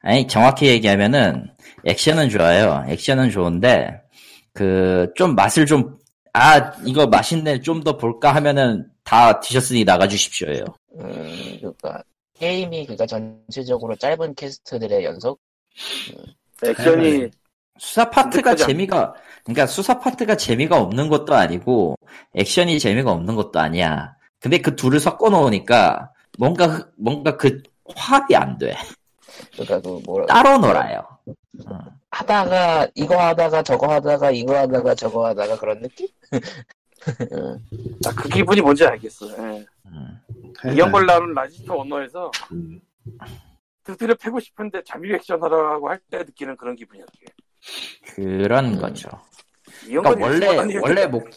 [SPEAKER 2] 아니, 정확히 얘기하면은, 액션은 좋아요. 액션은 좋은데, 그, 좀 맛을 좀, 아, 이거 맛있네. 좀 더 볼까 하면은, 다 드셨으니 나가주십시오예요.
[SPEAKER 1] 음, 그러니까 게임이 그러니까 전체적으로 짧은 퀘스트들의 연속
[SPEAKER 4] 네,
[SPEAKER 2] 예,
[SPEAKER 4] 액션이
[SPEAKER 2] 수사 파트가
[SPEAKER 4] 근데까지 안
[SPEAKER 2] 재미가, 그러니까 수사 파트가 재미가 없는 것도 아니고, 액션이 재미가 없는 것도 아니야. 근데 그 둘을 섞어 놓으니까, 뭔가, 그- 뭔가 그 화합이 안 돼.
[SPEAKER 1] 그러니까 그 뭐라
[SPEAKER 2] 따로 놀아요.
[SPEAKER 1] 하다가 이거 하다가 저거 하다가 이거 하다가 저거 하다가 그런 느낌?
[SPEAKER 4] 아, 그 기분이 뭔지 알겠어. 예.
[SPEAKER 2] 음.
[SPEAKER 4] 이연걸 나오는 라지스터 언어에서
[SPEAKER 3] 음.
[SPEAKER 4] 드디어 패고 싶은데 잠입 액션하라고 할 때 느끼는 그런 기분이었게.
[SPEAKER 2] 그런
[SPEAKER 1] 음.
[SPEAKER 2] 거죠.
[SPEAKER 4] 이연걸
[SPEAKER 2] 그러니까 원래 원래 목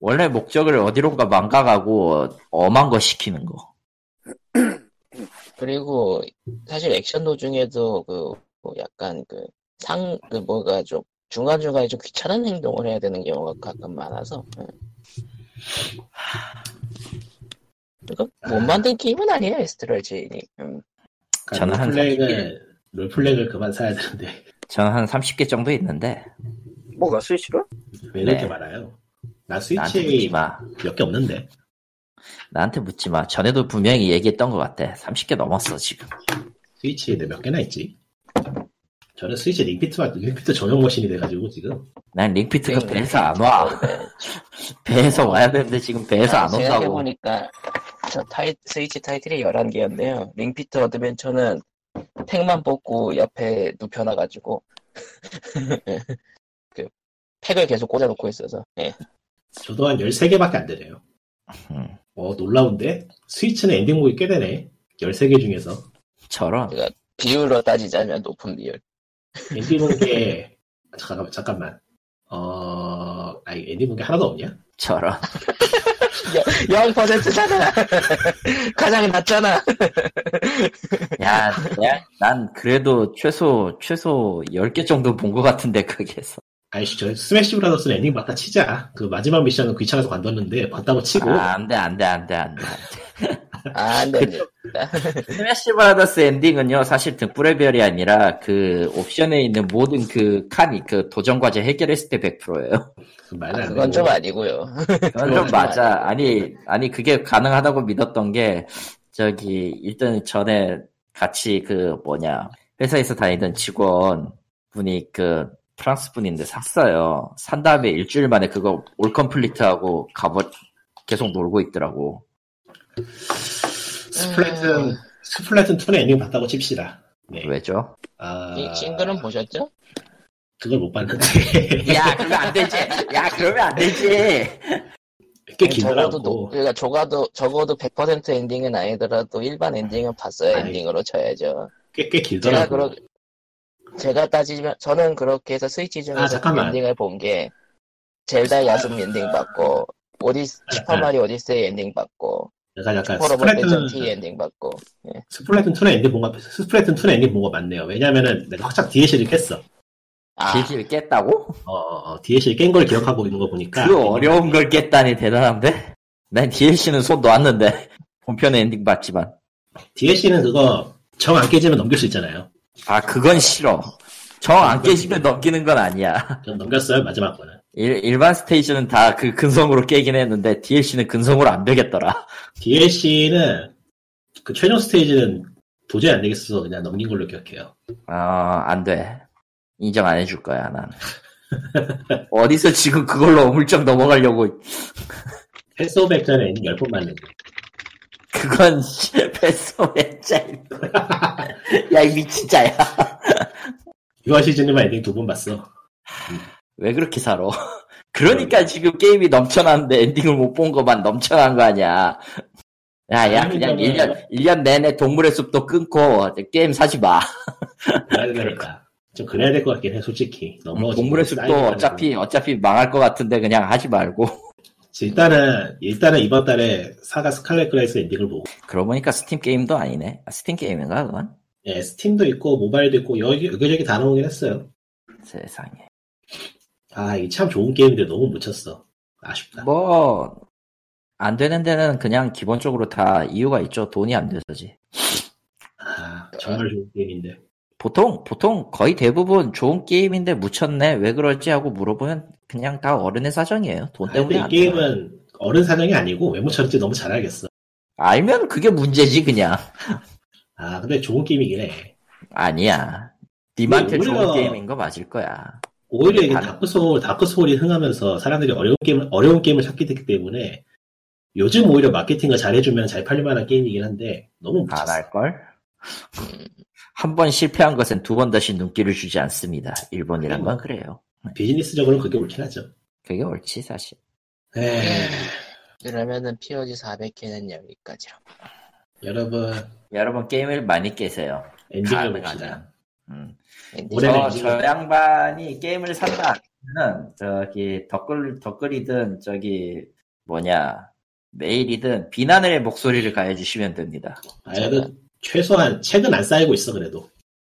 [SPEAKER 2] 원래 목적을 어디론가 망가가고 엄한 거 시키는 거.
[SPEAKER 1] 그리고 사실 액션 도중에도 그뭐 약간 그 상 그 뭐가 좀 중간 중간에 좀 귀찮은 행동을 해야 되는 경우가 가끔 많아서. 예. 응. 그러니까 못 만든 게임은 아니에요 에스트럴 제인이. 음.
[SPEAKER 2] 저는
[SPEAKER 3] 그러니까
[SPEAKER 2] 한
[SPEAKER 3] 롤플레이를 롤플레이를 그만 사야 되는데
[SPEAKER 2] 저는 한 30개 정도 있는데
[SPEAKER 4] 뭐가 스위치로?
[SPEAKER 3] 왜 이렇게
[SPEAKER 2] 네.
[SPEAKER 3] 많아요? 나
[SPEAKER 2] 나한테 묻지
[SPEAKER 3] 스위치
[SPEAKER 2] 마.
[SPEAKER 3] 몇 개 없는데
[SPEAKER 2] 나한테 묻지 마. 전에도 분명히 얘기했던 것 같아. 30개 넘었어 지금.
[SPEAKER 3] 스위치 내몇 개나 있지? 저는 스위치 링피트만 링피트 전용 머신이 돼가지고 지금
[SPEAKER 2] 난 링피트가
[SPEAKER 1] 네.
[SPEAKER 2] 배에서 안 와. 배에서 와야 되는데 지금 배에서 안
[SPEAKER 1] 생각해
[SPEAKER 2] 온다고.
[SPEAKER 1] 보니까 저 타이 스위치 타이틀이 11개였네요. 링피트 어드벤처는 팩만 뽑고 옆에 눕혀놔가지고 <laughs> 그 팩을 계속 꽂아놓고 있어서. 예.
[SPEAKER 3] 저도 한 13개밖에 안 되네요
[SPEAKER 2] 음,
[SPEAKER 3] 어 놀라운데 스위치는 엔딩곡이 꽤 되네 13개 중에서
[SPEAKER 2] 저런.
[SPEAKER 1] 비율로 따지자면 높은 비율.
[SPEAKER 3] 엔딩곡에 아, 잠깐만 잠깐만 어 아니 엔딩곡이 하나도 없냐?
[SPEAKER 2] 저런.
[SPEAKER 1] <laughs> 0%잖아. 가장 낮잖아.
[SPEAKER 2] 야, 야, 난 그래도 최소 최소 10개 정도 본 것 같은데 거기에서.
[SPEAKER 3] 아이씨 저 스매시 브라더스는 엔딩 맞다 치자 그 마지막 미션은 귀찮아서 관뒀는데 봤다고 치고
[SPEAKER 2] 아, 안 돼, 안 돼, 안 돼, 안 돼. 안 돼.
[SPEAKER 1] 아, 안 돼. 안 돼.
[SPEAKER 3] <laughs>
[SPEAKER 2] 스매시 브라더스 엔딩은요 사실 등불의 별이 아니라 그 옵션에 있는 모든 그 칸이 그 도전 과제 해결했을 때 100%예요.
[SPEAKER 3] 그 말은
[SPEAKER 1] 아,
[SPEAKER 3] 안
[SPEAKER 1] 그건
[SPEAKER 3] 되고
[SPEAKER 1] 좀 아니고요.
[SPEAKER 2] 그건 좀 맞아. 아니 아니 그게 가능하다고 믿었던 게 저기 일단 전에 같이 그 뭐냐 회사에서 다니던 직원 분이 그 프랑스 분인데 샀어요. 산 다음에 일주일 만에 그거 올 컴플리트하고 가버 계속 놀고 있더라고.
[SPEAKER 3] 스플래툰 스플래툰 2는 엔딩 봤다고 칩시다 네.
[SPEAKER 2] 왜죠?
[SPEAKER 3] 아
[SPEAKER 1] 이 싱글은 보셨죠?
[SPEAKER 3] 그걸 못 봤는데 <laughs>
[SPEAKER 2] 야 그러면 안 되지. 야 그러면 안 되지.
[SPEAKER 3] 꽤
[SPEAKER 1] 적어도 높,
[SPEAKER 3] 길더라고
[SPEAKER 1] 그러니까 적어도 적어도 100% 엔딩은 아니더라도 일반 엔딩은 봤어야
[SPEAKER 3] 아이.
[SPEAKER 1] 엔딩으로 쳐야죠.
[SPEAKER 3] 꽤,
[SPEAKER 1] 제가
[SPEAKER 3] 꽤 길더라고
[SPEAKER 1] 그러 제가 따지면 저는 그렇게 해서 스위치
[SPEAKER 3] 아,
[SPEAKER 1] 중에서 그
[SPEAKER 3] 잠깐만.
[SPEAKER 1] 엔딩을 본 게 젤다 야숨 엔딩 받고 오디스 슈퍼마리오 오디세이 엔딩 받고
[SPEAKER 3] 약간 약간
[SPEAKER 1] 포로볼
[SPEAKER 3] 아, 스플래툰
[SPEAKER 1] 레전 T 엔딩 받고
[SPEAKER 3] 스플래툰 2는 엔딩 본거 스플래툰 2는 엔딩 본거 맞네요 왜냐면은 내가 확장 DLC를 깼어
[SPEAKER 1] 아
[SPEAKER 2] 질질 깼다고?
[SPEAKER 3] 어, 어, 어 DLC를 깬 걸 기억하고 있는 거 보니까
[SPEAKER 2] 그 어려운 걸 깼다니 대단한데? 난 DLC는 손 놓았는데 <laughs> 본편의 엔딩 봤지만
[SPEAKER 3] DLC는 그거 정 안 깨지면 넘길 수 있잖아요
[SPEAKER 2] 아 그건 싫어 정 안 깨지면 넘기는 건 아니야
[SPEAKER 3] 전 넘겼어요 마지막 거는
[SPEAKER 2] 일, 일반 스테이지는 다 그 근성으로 깨긴 했는데 DLC는 근성으로 안 되겠더라
[SPEAKER 3] DLC는 그 최종 스테이지는 도저히 안 되겠어서 그냥 넘긴 걸로 기억해요
[SPEAKER 2] 어, 아안돼 인정 안 해줄 거야 난 어디서 지금 그걸로 오물쩍 넘어가려고
[SPEAKER 3] 패스 오브 액션에 엔딩 10번 맞는 거
[SPEAKER 2] 그건 <laughs> 패스오했자 야이 미친 자야
[SPEAKER 3] 이번 시즌에만 엔딩 두 번 봤어
[SPEAKER 2] 왜 그렇게 살아? <laughs>
[SPEAKER 3] 음.
[SPEAKER 2] 그러니까 지금 게임이 넘쳐나는데 엔딩을 못 본 것만 넘쳐난 거 아니야. 야, 야, 그냥
[SPEAKER 3] 아니면은-
[SPEAKER 2] 1년, 1년 내내 동물의 숲도 끊고 게임 사지 마.
[SPEAKER 3] 아, 그래야 되니까 그러니까. 좀 그래야 될 것 같긴 해 솔직히 넘어
[SPEAKER 2] 음, 동물의 숲도 어차피, 어차피 망할 것 같은데 그냥 하지 말고. <laughs>
[SPEAKER 3] 일단은 일단은 이번 달에 사가 스칼렛 그라이스 엔딩을 보고
[SPEAKER 2] 그러고 보니까 스팀 게임도 아니네. 아, 스팀 게임인가 그건?
[SPEAKER 3] 예, 스팀도 있고 모바일도 있고 여기 여기저기 다 나오긴 했어요.
[SPEAKER 2] 세상에.
[SPEAKER 3] 아 이게 참 좋은 게임인데 너무 묻혔어. 아쉽다.
[SPEAKER 2] 뭐 안 되는 데는 그냥 기본적으로 다 이유가 있죠. 돈이 안 돼서지.
[SPEAKER 3] 아 정말 좋은 게임인데.
[SPEAKER 2] 보통 보통 거의 대부분 좋은 게임인데 묻혔네. 왜 그럴지 하고 물어보면 그냥 다 어른의 사정이에요. 돈
[SPEAKER 3] 아, 근데
[SPEAKER 2] 뭐 때문에
[SPEAKER 3] 이
[SPEAKER 2] 안 돼요.
[SPEAKER 3] 게임은 어른 사정이 아니고 외모 처리도 너무 잘 알겠어.
[SPEAKER 2] 알면 그게 문제지 그냥.
[SPEAKER 3] 아 근데 좋은 게임이긴 해.
[SPEAKER 2] 아니야. 님한테
[SPEAKER 3] 근데
[SPEAKER 2] 좋은
[SPEAKER 3] 오히려-
[SPEAKER 2] 게임인 거 맞을 거야.
[SPEAKER 3] 오히려 이게
[SPEAKER 2] 다-
[SPEAKER 3] 다크 소울 다크 소울이 흥하면서 사람들이 어려운 게임을 어려운 게임을 찾게 됐기 때문에 요즘 오히려 마케팅을 잘해주면 잘 팔릴만한 게임이긴 한데 너무
[SPEAKER 2] 안
[SPEAKER 3] 묻혔어.
[SPEAKER 2] 할 걸. 한 번 실패한 것은 두 번 다시 눈길을 주지 않습니다. 일본이란 건 그래요.
[SPEAKER 3] 비즈니스적으로는 그게 옳긴 하죠. 네.
[SPEAKER 2] 그게 옳지 사실.
[SPEAKER 3] 에이,
[SPEAKER 2] 네.
[SPEAKER 1] 그러면은 POG 400회는 여기까지로.
[SPEAKER 3] 여러분
[SPEAKER 2] 여러분 게임을 많이 깨세요.
[SPEAKER 3] 엔딩을
[SPEAKER 2] 가능하냐.
[SPEAKER 3] 봅시다.
[SPEAKER 2] 음.
[SPEAKER 1] 엔딩.
[SPEAKER 3] 올해는
[SPEAKER 2] 저,
[SPEAKER 3] 엔딩을-
[SPEAKER 2] 저 양반이 게임을 산다. 는 저기 덧글 덧글이든 저기 뭐냐 메일이든 비난의 목소리를 가해주시면 됩니다.
[SPEAKER 3] 아, 그래도 최소한 책은 안 쌓이고 있어 그래도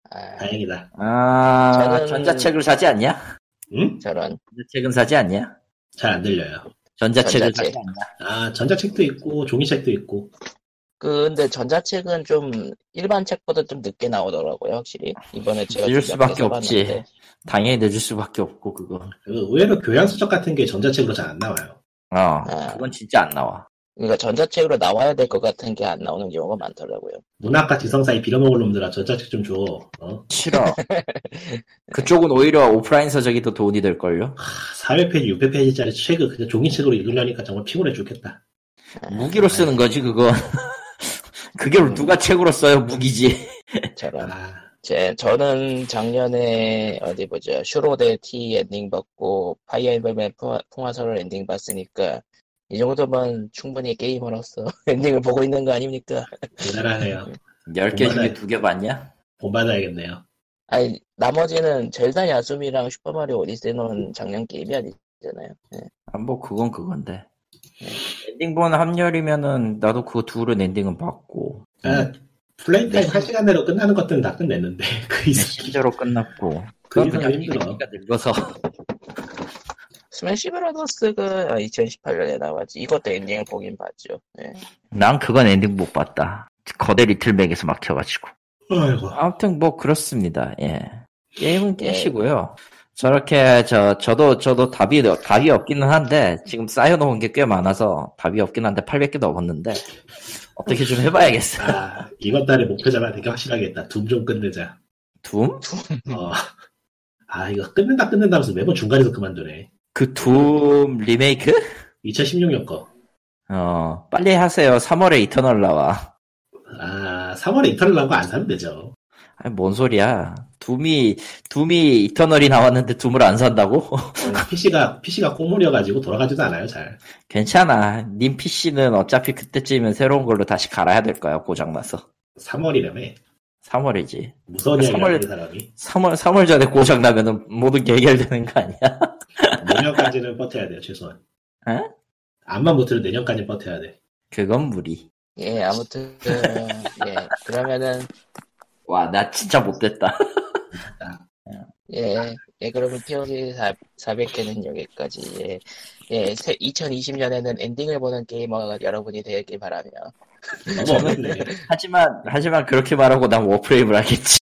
[SPEAKER 1] 아,
[SPEAKER 3] 다행이다.
[SPEAKER 2] 아
[SPEAKER 1] 저는-
[SPEAKER 2] 전자책을 사지 않냐?
[SPEAKER 3] 응?
[SPEAKER 1] 저런.
[SPEAKER 2] 전자책은 사지 않냐?
[SPEAKER 3] 잘 안 들려요.
[SPEAKER 2] 전자책을
[SPEAKER 1] 전자책.
[SPEAKER 2] 사지 않냐?
[SPEAKER 3] 아 전자책도 있고 종이책도 있고
[SPEAKER 1] 그, 근데 전자책은 좀 일반 책보다 좀 늦게 나오더라고요, 확실히. 이번에 제가
[SPEAKER 2] 늦을
[SPEAKER 1] 좀
[SPEAKER 2] 수밖에
[SPEAKER 1] 옆에서
[SPEAKER 2] 없지.
[SPEAKER 1] 봤는데.
[SPEAKER 2] 당연히 내줄 수밖에 없고 그거.
[SPEAKER 3] 그 의외로 교양 수적 같은 게 전자책으로 잘 안 나와요.
[SPEAKER 2] 어
[SPEAKER 1] 아.
[SPEAKER 2] 그건 진짜 안 나와.
[SPEAKER 1] 그러니까 전자책으로 나와야 될 것 같은 게 안 나오는 경우가 많더라고요.
[SPEAKER 3] 문학과 지성 사이 빌어먹을 놈들아 전자책 좀 줘. 어?
[SPEAKER 2] <laughs> 싫어. 그쪽은 오히려 오프라인 서적이 더 도움이 될 걸요.
[SPEAKER 3] 400페이지, 600페이지짜리 책을 그냥 종이책으로 읽으려니까 정말 피곤해 죽겠다.
[SPEAKER 2] 무기로 쓰는 거지 그거. <laughs> 그게 누가 책으로 써요 무기지.
[SPEAKER 1] 저런.
[SPEAKER 3] 아,
[SPEAKER 1] 제, 저는 작년에, 어디 보자, 슈로데 티 엔딩 받고, 파이어 엠블맨 풍화- 풍화설을 엔딩 봤으니까, 이 정도면 충분히 게임으로서 <laughs> 엔딩을 보고 있는 거 아닙니까?
[SPEAKER 3] 대단하네요.
[SPEAKER 2] 10개 중에
[SPEAKER 3] 그만해.
[SPEAKER 2] 두 개 봤냐?
[SPEAKER 3] 본받아야겠네요.
[SPEAKER 1] 아니, 나머지는 젤다 야숨이랑 슈퍼마리오 오디세이는 작년 게임이 아니잖아요. 예.
[SPEAKER 2] 아, 뭐 그건 그건데. 엔딩 본 합렬이면은 나도 그 둘은 엔딩은 봤고
[SPEAKER 3] 아,
[SPEAKER 2] 네.
[SPEAKER 3] 플레이 타임 1시간 내로 끝나는 것들은 다 끝냈는데 <laughs> 그 이상
[SPEAKER 2] 메신저로 끝났고
[SPEAKER 3] 그
[SPEAKER 2] 그건
[SPEAKER 3] 이상
[SPEAKER 2] 그냥
[SPEAKER 3] 힘들어.
[SPEAKER 2] 얘기가 늙어서 <laughs>
[SPEAKER 1] 스매시 브라더스가 2018년에 나왔지. 이것도 엔딩을 보긴 봤죠. 예.
[SPEAKER 6] 난 그건 엔딩 못 봤다. 거대 리틀맥에서 막혀가지고.
[SPEAKER 3] 아이고.
[SPEAKER 2] 아무튼 뭐 그렇습니다. 예. 게임은 깨시고요. 저렇게 저 저도 저도 답이 답이 없기는 한데 지금 쌓여놓은 게 꽤 많아서 답이 없긴 한데 800개 넘었는데 어떻게 좀 해봐야겠어.
[SPEAKER 3] 아, 이번 달에 목표 잡아야 되게 확실하겠다. 둠 좀 끝내자.
[SPEAKER 2] 둠?
[SPEAKER 3] 어. 아, 이거 끝낸다 끝낸다 하면서 매번 중간에서 그만두네.
[SPEAKER 2] 그 둠 리메이크?
[SPEAKER 3] 2016년 거.
[SPEAKER 2] 어 빨리 하세요. 3월에 이터널 나와.
[SPEAKER 3] 아, 3월에 이터널 나온 거안 사면 되죠.
[SPEAKER 2] 아니, 뭔 소리야. 둠이 둠이 이터널이 나왔는데 둠을 안 산다고? <laughs>
[SPEAKER 3] 아, PC가, PC가 꽁물이어가지고 돌아가지도 않아요, 잘.
[SPEAKER 2] 괜찮아. 님 PC는 어차피 그때쯤이면 새로운 걸로 다시 갈아야 될 거야. 고장나서.
[SPEAKER 3] 3월이라며.
[SPEAKER 2] 3월이지.
[SPEAKER 3] 무서운
[SPEAKER 2] 삼월-
[SPEAKER 3] 이야기를 하는 사람이.
[SPEAKER 2] 3월, 3월 전에 고장 나면은 모든 게 해결되는 거 아니야? <laughs>
[SPEAKER 3] 내년까지는 버텨야 돼요, 최소한.
[SPEAKER 2] 에?
[SPEAKER 3] 암만 못해도 내년까지 버텨야 돼.
[SPEAKER 2] 그건 무리.
[SPEAKER 1] 예, 아무튼, 예. 그러면은,
[SPEAKER 2] 와, 나 진짜 못됐다. <laughs>
[SPEAKER 1] 예, 예, 그러면 POG 400개는 여기까지. 예, 예 2020년에는 엔딩을 보는 게이머가 여러분이 되길 바라며.
[SPEAKER 3] 너무 어렵네.
[SPEAKER 2] 하지만, 하지만 그렇게 말하고 난 워프레임을 하겠지.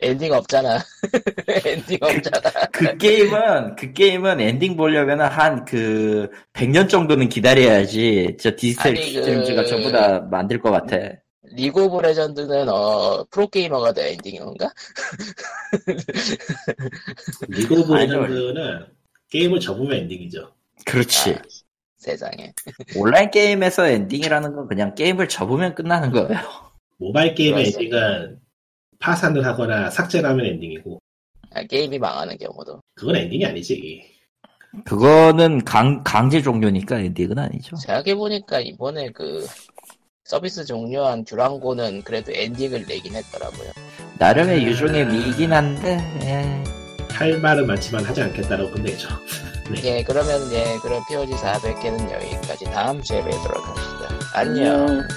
[SPEAKER 1] 엔딩 없잖아. <laughs> 엔딩 없잖아.
[SPEAKER 2] 그 게임은, 그 게임은 엔딩 보려면은 한 그, 100년 정도는 기다려야지. 저 디지털
[SPEAKER 1] 아니, 그-
[SPEAKER 2] 게임즈가 전부 다 만들 것 같아.
[SPEAKER 1] 리그 오브 레전드는 어, 프로게이머가 더 엔딩인가?
[SPEAKER 3] 리그 오브
[SPEAKER 2] 아니죠.
[SPEAKER 3] 레전드는 게임을 접으면 엔딩이죠.
[SPEAKER 2] 그렇지.
[SPEAKER 1] 아, 세상에.
[SPEAKER 2] 온라인 게임에서 엔딩이라는 건 그냥 게임을 접으면 끝나는 거예요.
[SPEAKER 3] 모바일 게임의
[SPEAKER 1] 그렇죠.
[SPEAKER 3] 엔딩은 파산을 하거나 삭제를 하면 엔딩이고,
[SPEAKER 1] 아, 게임이 망하는 경우도.
[SPEAKER 3] 그건 엔딩이 아니지.
[SPEAKER 2] 그거는 강, 강제 종료니까 엔딩은 아니죠.
[SPEAKER 1] 생각해보니까 이번에 그 서비스 종료한 듀랑고는 그래도 엔딩을 내긴 했더라고요.
[SPEAKER 2] 나름의 유종의 미이긴 한데, 예.
[SPEAKER 3] 할 말은 많지만 하지 않겠다라고 끝내죠.
[SPEAKER 1] 예, 그러면 예, 그럼 POG 400개는 여기까지 다음 주에 뵙도록 합시다. 안녕.